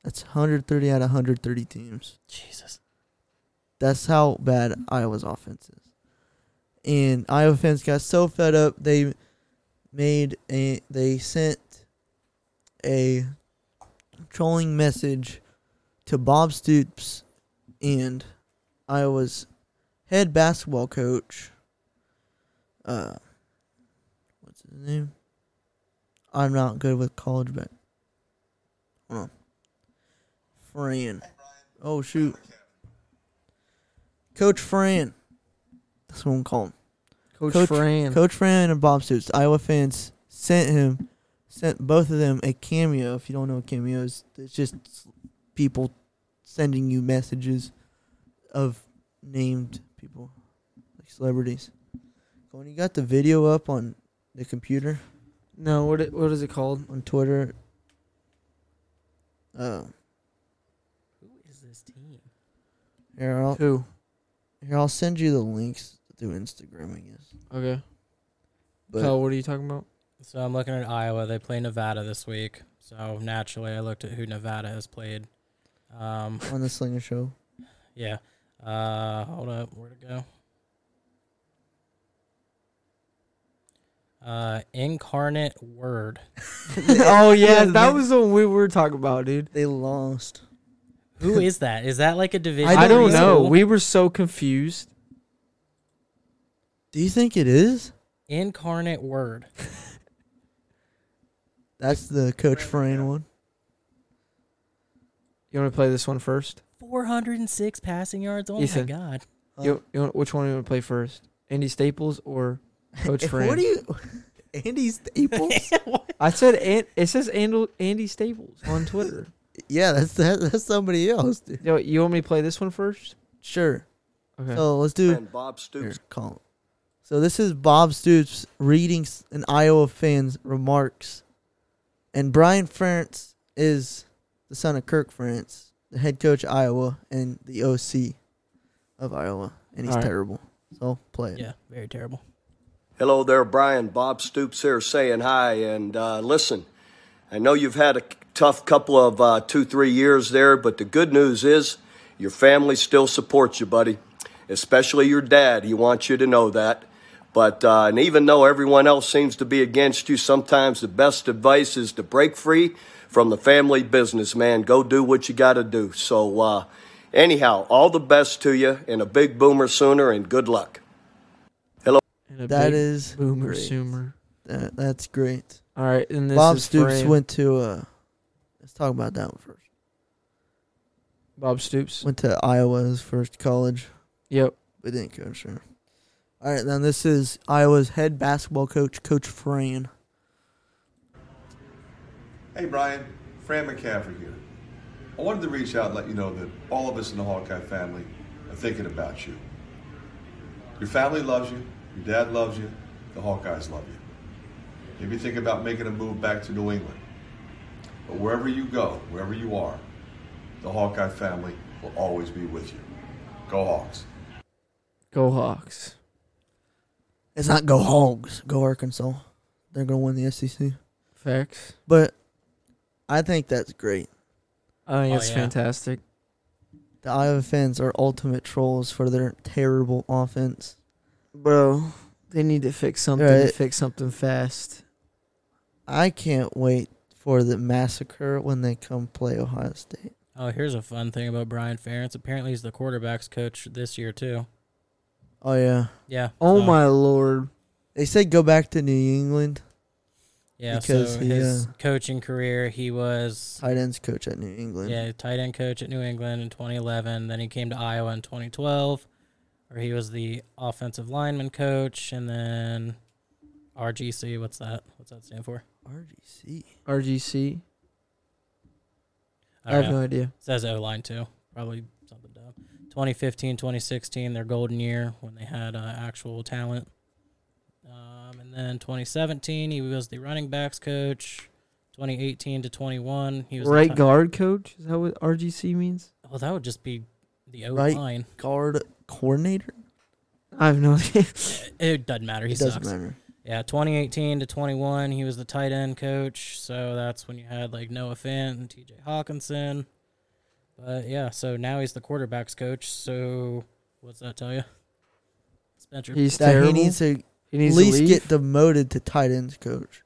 [SPEAKER 2] That's 130 out of 130 teams.
[SPEAKER 3] Jesus.
[SPEAKER 2] That's how bad Iowa's offense is. And Iowa fans got so fed up they made a they sent a trolling message to Bob Stoops and Iowa's head basketball coach. Uh, what's his name? I'm not good with college, but hold on. Fran. Oh shoot. Coach Fran. That's what I'm calling.
[SPEAKER 1] Coach,
[SPEAKER 2] Coach-
[SPEAKER 1] Fran.
[SPEAKER 2] Coach Fran and Bob Stoops. Iowa fans sent him, sent both of them a cameo. If you don't know what cameo is, it's just people sending you messages of named people, like celebrities. When you got the video up on the computer
[SPEAKER 1] no, what it, what is it called?
[SPEAKER 2] on Twitter, uh,
[SPEAKER 3] Who is this team?
[SPEAKER 2] here I'll
[SPEAKER 1] Who?
[SPEAKER 2] here I'll send you the links through Instagram, I guess.
[SPEAKER 1] Okay.
[SPEAKER 2] But
[SPEAKER 1] Kyle, what are you talking about?
[SPEAKER 3] So I'm looking at Iowa. They play Nevada this week. So naturally, I looked at who Nevada has played. Um,
[SPEAKER 2] on the Slinger Show,
[SPEAKER 3] yeah. Uh, hold up. Where'd it go? Uh, Incarnate Word.
[SPEAKER 1] oh yeah, that
[SPEAKER 2] man.
[SPEAKER 1] was the one we were talking about, dude.
[SPEAKER 2] they lost.
[SPEAKER 3] Who is that? Is that like a division?
[SPEAKER 2] I
[SPEAKER 1] I
[SPEAKER 2] don't
[SPEAKER 1] don't, know.
[SPEAKER 3] school?
[SPEAKER 1] We were so confused.
[SPEAKER 2] Do you think it is?
[SPEAKER 3] Incarnate Word.
[SPEAKER 2] That's the Coach Fran one.
[SPEAKER 1] You want to play this one first?
[SPEAKER 3] 406 passing yards. Oh
[SPEAKER 1] Ethan.
[SPEAKER 3] my god.
[SPEAKER 1] You, you want, which one do you want to play first? Andy Staples or Coach
[SPEAKER 2] If-
[SPEAKER 1] Fran?
[SPEAKER 2] What do you, Andy Staples?
[SPEAKER 1] I said An- it says Andel- Andy Staples on Twitter.
[SPEAKER 2] yeah, that's that, that's somebody else, dude.
[SPEAKER 1] Yo, you want me to play this one first?
[SPEAKER 2] Sure.
[SPEAKER 1] Okay.
[SPEAKER 2] So let's do.
[SPEAKER 5] And Bob
[SPEAKER 2] Here,
[SPEAKER 5] Stoops.
[SPEAKER 2] call. him. So this is Bob Stoops reading s- an Iowa fan's remarks, and Brian France is the son of Kirk France, the head coach of Iowa and the OC of Iowa, and he's
[SPEAKER 1] All right.
[SPEAKER 2] terrible. So play it.
[SPEAKER 3] Yeah, very terrible.
[SPEAKER 5] Hello there, Brian. Bob Stoops here saying hi. And uh, listen, I know you've had a tough couple of uh, two, three years there, but the good news is your family still supports you, buddy, especially your dad. He wants you to know that. But, uh, and even though everyone else seems to be against you, sometimes the best advice is to break free from the family business, man. Go do what you got to do. So, uh, anyhow, all the best to you and a big boomer sooner and good luck.
[SPEAKER 1] And a
[SPEAKER 2] That
[SPEAKER 1] big
[SPEAKER 2] is
[SPEAKER 1] boomer
[SPEAKER 2] great.
[SPEAKER 1] sumer.
[SPEAKER 2] That, that's great.
[SPEAKER 1] All right, and this
[SPEAKER 2] Bob
[SPEAKER 1] is
[SPEAKER 2] Stoops
[SPEAKER 1] frame.
[SPEAKER 2] went to. Uh, let's talk about that one first.
[SPEAKER 1] Bob Stoops.
[SPEAKER 2] Went to Iowa's first college.
[SPEAKER 1] Yep.
[SPEAKER 2] We didn't coach her. All right, then this is Iowa's head basketball coach, Coach Fran.
[SPEAKER 6] Hey Brian, Fran McCaffrey here. I wanted to reach out and let you know that all of us in the Hawkeye family are thinking about you. Your family loves you, your dad loves you, the Hawkeyes love you. Maybe think about making a move back to New England. But wherever you go, wherever you are, the Hawkeye family will always be with you. Go Hawks.
[SPEAKER 1] Go Hawks.
[SPEAKER 2] It's not go Hogs, go Arkansas. They're gonna win the SEC.
[SPEAKER 1] Facts.
[SPEAKER 2] But I think that's great.
[SPEAKER 1] I think
[SPEAKER 3] Oh,
[SPEAKER 1] it's
[SPEAKER 3] yeah.
[SPEAKER 1] fantastic.
[SPEAKER 2] The Iowa fans are ultimate trolls for their terrible offense.
[SPEAKER 1] Bro, they need to fix something.
[SPEAKER 2] Right.
[SPEAKER 1] Fix something fast.
[SPEAKER 2] I can't wait for the massacre when they come play Ohio State.
[SPEAKER 3] Oh, here's a fun thing about Brian Ferentz. Apparently, he's the quarterbacks coach this year too.
[SPEAKER 2] Oh yeah,
[SPEAKER 3] Yeah.
[SPEAKER 1] Oh
[SPEAKER 3] so-
[SPEAKER 1] my lord.
[SPEAKER 2] they said go back to New England.
[SPEAKER 3] Yeah.
[SPEAKER 2] because
[SPEAKER 3] so
[SPEAKER 2] he,
[SPEAKER 3] his
[SPEAKER 2] uh,
[SPEAKER 3] coaching career, he was
[SPEAKER 2] Tight ends coach at New England.
[SPEAKER 3] yeah tight end coach at New England in 2011. Then he came to Iowa in 2012, where he was the offensive lineman coach, and then RGC. What's that? What's that stand for?
[SPEAKER 2] RGC.
[SPEAKER 1] RGC.
[SPEAKER 3] I
[SPEAKER 1] I,
[SPEAKER 3] don't
[SPEAKER 1] have
[SPEAKER 3] know.
[SPEAKER 1] no idea.
[SPEAKER 3] says O line too. Probably something dumb. 2015, 2016, their golden year when they had uh, actual talent. Um, and then 2017, he was the running backs coach. 2018 to 21, he was the
[SPEAKER 1] Right
[SPEAKER 3] ti-
[SPEAKER 1] guard coach? Is that what RGC means?
[SPEAKER 3] Well, that would just be the O
[SPEAKER 2] Right.
[SPEAKER 3] line.
[SPEAKER 2] Guard coordinator.
[SPEAKER 1] I have no idea.
[SPEAKER 3] It doesn't matter. He
[SPEAKER 2] it
[SPEAKER 3] sucks.
[SPEAKER 2] doesn't matter.
[SPEAKER 3] Yeah, 2018 to 21, he was the tight end coach. So that's when you had like Noah Fant and TJ Hawkinson. But yeah, so now he's the quarterbacks coach. So what's that tell you? Spencer.
[SPEAKER 1] He's
[SPEAKER 2] That
[SPEAKER 1] terrible.
[SPEAKER 2] he needs to
[SPEAKER 1] He
[SPEAKER 2] at
[SPEAKER 1] needs to
[SPEAKER 2] least
[SPEAKER 1] leave.
[SPEAKER 2] get demoted to tight ends coach,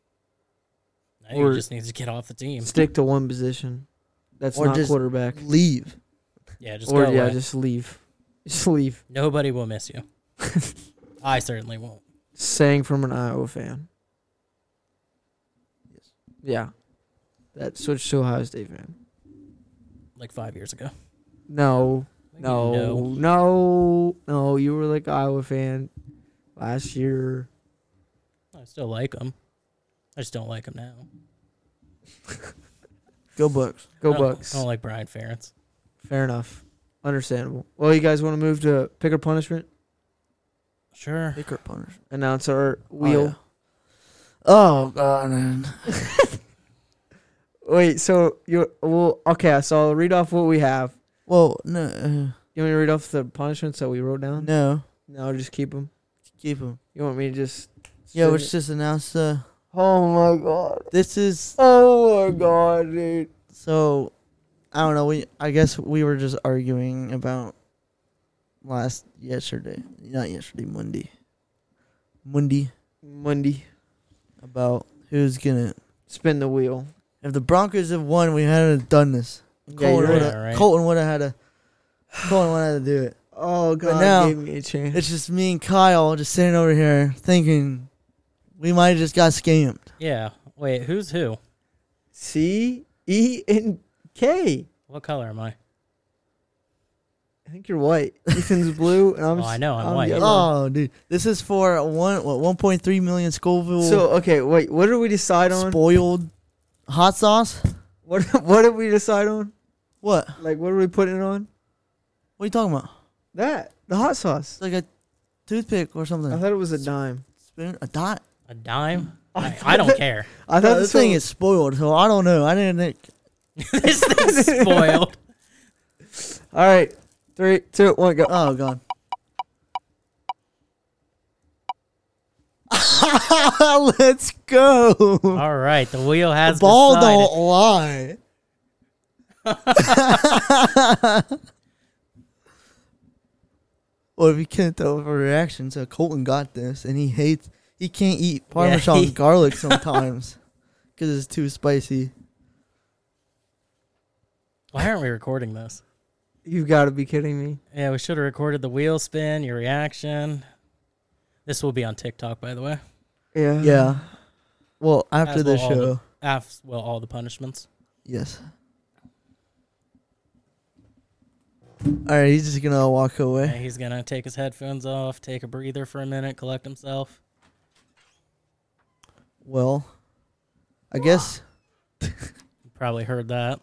[SPEAKER 3] Now
[SPEAKER 1] or-
[SPEAKER 3] he just needs to get off the team.
[SPEAKER 1] stick to one position. That's
[SPEAKER 2] Or
[SPEAKER 1] not
[SPEAKER 2] just
[SPEAKER 1] quarterback.
[SPEAKER 2] leave.
[SPEAKER 3] Yeah, just
[SPEAKER 1] Or
[SPEAKER 3] go
[SPEAKER 1] yeah,
[SPEAKER 3] away.
[SPEAKER 1] just leave. Just leave.
[SPEAKER 3] Nobody will miss you. I certainly won't.
[SPEAKER 1] Saying from an Iowa fan.
[SPEAKER 2] Yes.
[SPEAKER 1] Yeah. That switched to Ohio State fan.
[SPEAKER 3] Like five years ago.
[SPEAKER 1] No.
[SPEAKER 3] No.
[SPEAKER 1] No. No. No. You were like Iowa fan last year.
[SPEAKER 3] I still like him. I just don't like him now.
[SPEAKER 2] Go Bucks.
[SPEAKER 1] Go
[SPEAKER 3] I don't-
[SPEAKER 1] Bucks.
[SPEAKER 3] I don't like Brian Ferentz.
[SPEAKER 1] Fair enough. Understandable. Well, you guys want to move to pick or punishment?
[SPEAKER 3] Sure.
[SPEAKER 2] Pick or punish.
[SPEAKER 1] Announce our wheel.
[SPEAKER 2] Oh, yeah. oh god. man.
[SPEAKER 1] Wait. So you well? Okay. So I'll read off what we have.
[SPEAKER 2] Well, no,
[SPEAKER 1] You want me to read off the punishments that we wrote
[SPEAKER 2] uh,
[SPEAKER 1] down?
[SPEAKER 2] no.
[SPEAKER 1] No, just keep them.
[SPEAKER 2] Keep him.
[SPEAKER 1] You want me to just?
[SPEAKER 2] Yeah,
[SPEAKER 1] sit
[SPEAKER 2] let's
[SPEAKER 1] it?
[SPEAKER 2] just announce. Uh,
[SPEAKER 1] Oh my god.
[SPEAKER 2] this is
[SPEAKER 1] Oh my god, dude.
[SPEAKER 2] so. I don't know. We I guess we were just arguing about last yesterday, not yesterday, Monday, Monday
[SPEAKER 1] Monday.
[SPEAKER 2] about who's gonna.
[SPEAKER 1] Spin the wheel.
[SPEAKER 2] If the Broncos have won, we hadn't have done this.
[SPEAKER 1] Yeah,
[SPEAKER 2] Colton
[SPEAKER 1] you're
[SPEAKER 2] would
[SPEAKER 1] right.
[SPEAKER 2] have
[SPEAKER 3] Yeah, right.
[SPEAKER 2] Colton would have had to. Colton would have had to do it.
[SPEAKER 1] Oh god,
[SPEAKER 2] now-
[SPEAKER 1] gave me a chance.
[SPEAKER 2] It's just me and Kyle just sitting over here thinking we might have just got scammed.
[SPEAKER 3] Yeah. Wait, who's who?
[SPEAKER 1] C E and K.
[SPEAKER 3] What color am I?
[SPEAKER 1] I think you're white. Ethan's blue, and I'm.
[SPEAKER 3] Oh, I know, I'm
[SPEAKER 1] i
[SPEAKER 3] white.
[SPEAKER 2] Oh, dude, this is for one what one point three million Scoville
[SPEAKER 1] So okay, wait. What did we decide on?
[SPEAKER 2] spoiled hot sauce.
[SPEAKER 1] What what did we decide on?
[SPEAKER 2] What?
[SPEAKER 1] Like what are we putting it on?
[SPEAKER 2] What are you talking about?
[SPEAKER 1] That the hot
[SPEAKER 2] It's
[SPEAKER 1] sauce.
[SPEAKER 2] like a toothpick or something.
[SPEAKER 1] I thought it was a dime.
[SPEAKER 2] Spoon- a dot.
[SPEAKER 3] A dime? I, I don't care.
[SPEAKER 1] I
[SPEAKER 2] No,
[SPEAKER 1] thought
[SPEAKER 2] this thing is spoiled, so I don't know. I didn't. Think,
[SPEAKER 3] this thing's spoiled.
[SPEAKER 1] all right. Three, two, one, go.
[SPEAKER 2] oh god. Let's go.
[SPEAKER 3] All right, the wheel has
[SPEAKER 2] Ball
[SPEAKER 3] decided.
[SPEAKER 2] don't lie. well, if you can't tell from reactions, uh, Colton got this, and he hates. He can't eat Parmesan
[SPEAKER 3] he-
[SPEAKER 2] garlic sometimes because it's too spicy.
[SPEAKER 3] Why aren't we recording this?
[SPEAKER 1] You've got to be kidding me.
[SPEAKER 3] Yeah, we should have recorded the wheel spin, your reaction. This will be on TikTok, by the way.
[SPEAKER 1] Yeah.
[SPEAKER 2] Yeah. Well, after
[SPEAKER 3] As
[SPEAKER 2] the
[SPEAKER 3] will all
[SPEAKER 2] show,
[SPEAKER 3] the, af, well, all the punishments.
[SPEAKER 2] yes. All right, he's just gonna walk away.
[SPEAKER 3] Yeah, he's gonna take his headphones off, take a breather for a minute, collect himself.
[SPEAKER 2] Well, I guess
[SPEAKER 3] You probably heard that.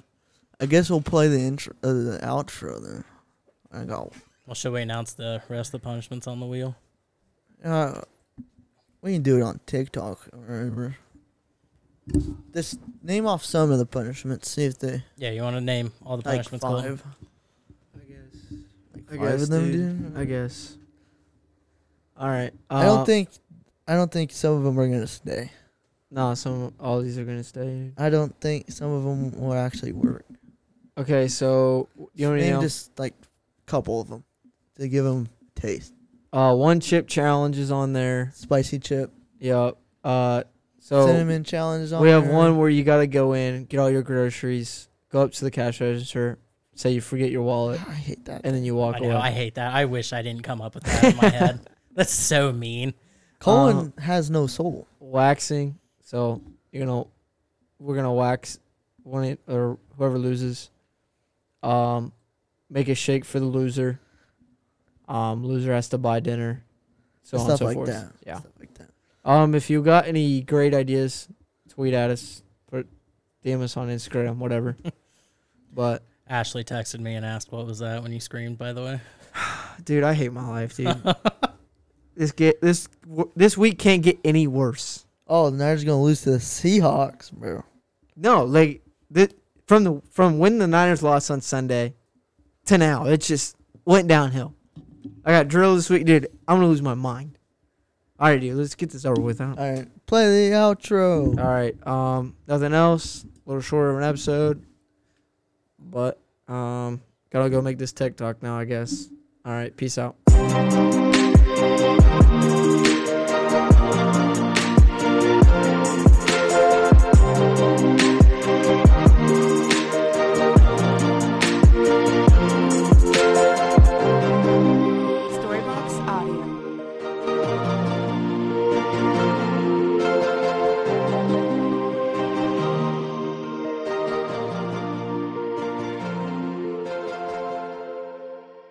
[SPEAKER 2] I guess we'll play the intro, uh, the outro then. I got.
[SPEAKER 3] Well, should we announce the rest of the punishments on the wheel?
[SPEAKER 2] Uh, we can do it on TikTok or whatever. Just name off some of the punishments. See if they
[SPEAKER 3] Yeah, you want to name all the
[SPEAKER 2] like
[SPEAKER 3] punishments? Colton?
[SPEAKER 2] five.
[SPEAKER 1] I guess.
[SPEAKER 2] Like
[SPEAKER 1] I
[SPEAKER 2] five
[SPEAKER 1] guess,
[SPEAKER 2] of them,
[SPEAKER 1] dude.
[SPEAKER 2] dude.
[SPEAKER 1] I guess. All right. Uh,
[SPEAKER 2] I don't think. I don't think some of them are gonna stay.
[SPEAKER 1] Nah, some all these are gonna stay.
[SPEAKER 2] I don't think some of them will actually work.
[SPEAKER 1] Okay, so you want to
[SPEAKER 2] Name
[SPEAKER 1] know?
[SPEAKER 2] just like a couple of them to give them taste.
[SPEAKER 1] uh, one chip challenge is on there.
[SPEAKER 2] Spicy chip,
[SPEAKER 1] Yep. Uh, so
[SPEAKER 2] cinnamon challenge. is on
[SPEAKER 1] we have
[SPEAKER 2] there.
[SPEAKER 1] one where you gotta go in, get all your groceries, go up to the cash register, say you forget your wallet,
[SPEAKER 2] I hate that.
[SPEAKER 1] and then you walk
[SPEAKER 3] I
[SPEAKER 1] away.
[SPEAKER 3] know. I hate that. I wish I didn't come up with that in my head. That's so mean.
[SPEAKER 2] Colin
[SPEAKER 1] uh,
[SPEAKER 2] has no soul.
[SPEAKER 1] waxing. So you're gonna we're gonna wax one it- or whoever loses. Um, make a shake for the loser. Um, loser has to buy dinner. So on and
[SPEAKER 2] stuff
[SPEAKER 1] so
[SPEAKER 2] like
[SPEAKER 1] forth.
[SPEAKER 2] that.
[SPEAKER 1] Yeah.
[SPEAKER 2] Stuff like that.
[SPEAKER 1] Um, if you got any great ideas, tweet at us, put DM us on Instagram, whatever. but
[SPEAKER 3] Ashley texted me and asked, "What was that when you screamed?" By the way,
[SPEAKER 1] dude, I hate my life, dude. this get this w- this week can't get any worse.
[SPEAKER 2] Oh, the Niners gonna lose to the Seahawks, bro.
[SPEAKER 1] No, like the from the from when the Niners lost on Sunday to now, it just went downhill. I got drilled this week, dude. I'm gonna lose my mind. All right, dude, let's get this over with. Huh?
[SPEAKER 2] All right, play the outro.
[SPEAKER 1] All right, um, nothing else. A little shorter of an episode, but um, gotta go make this TikTok now, I guess. All right, peace out.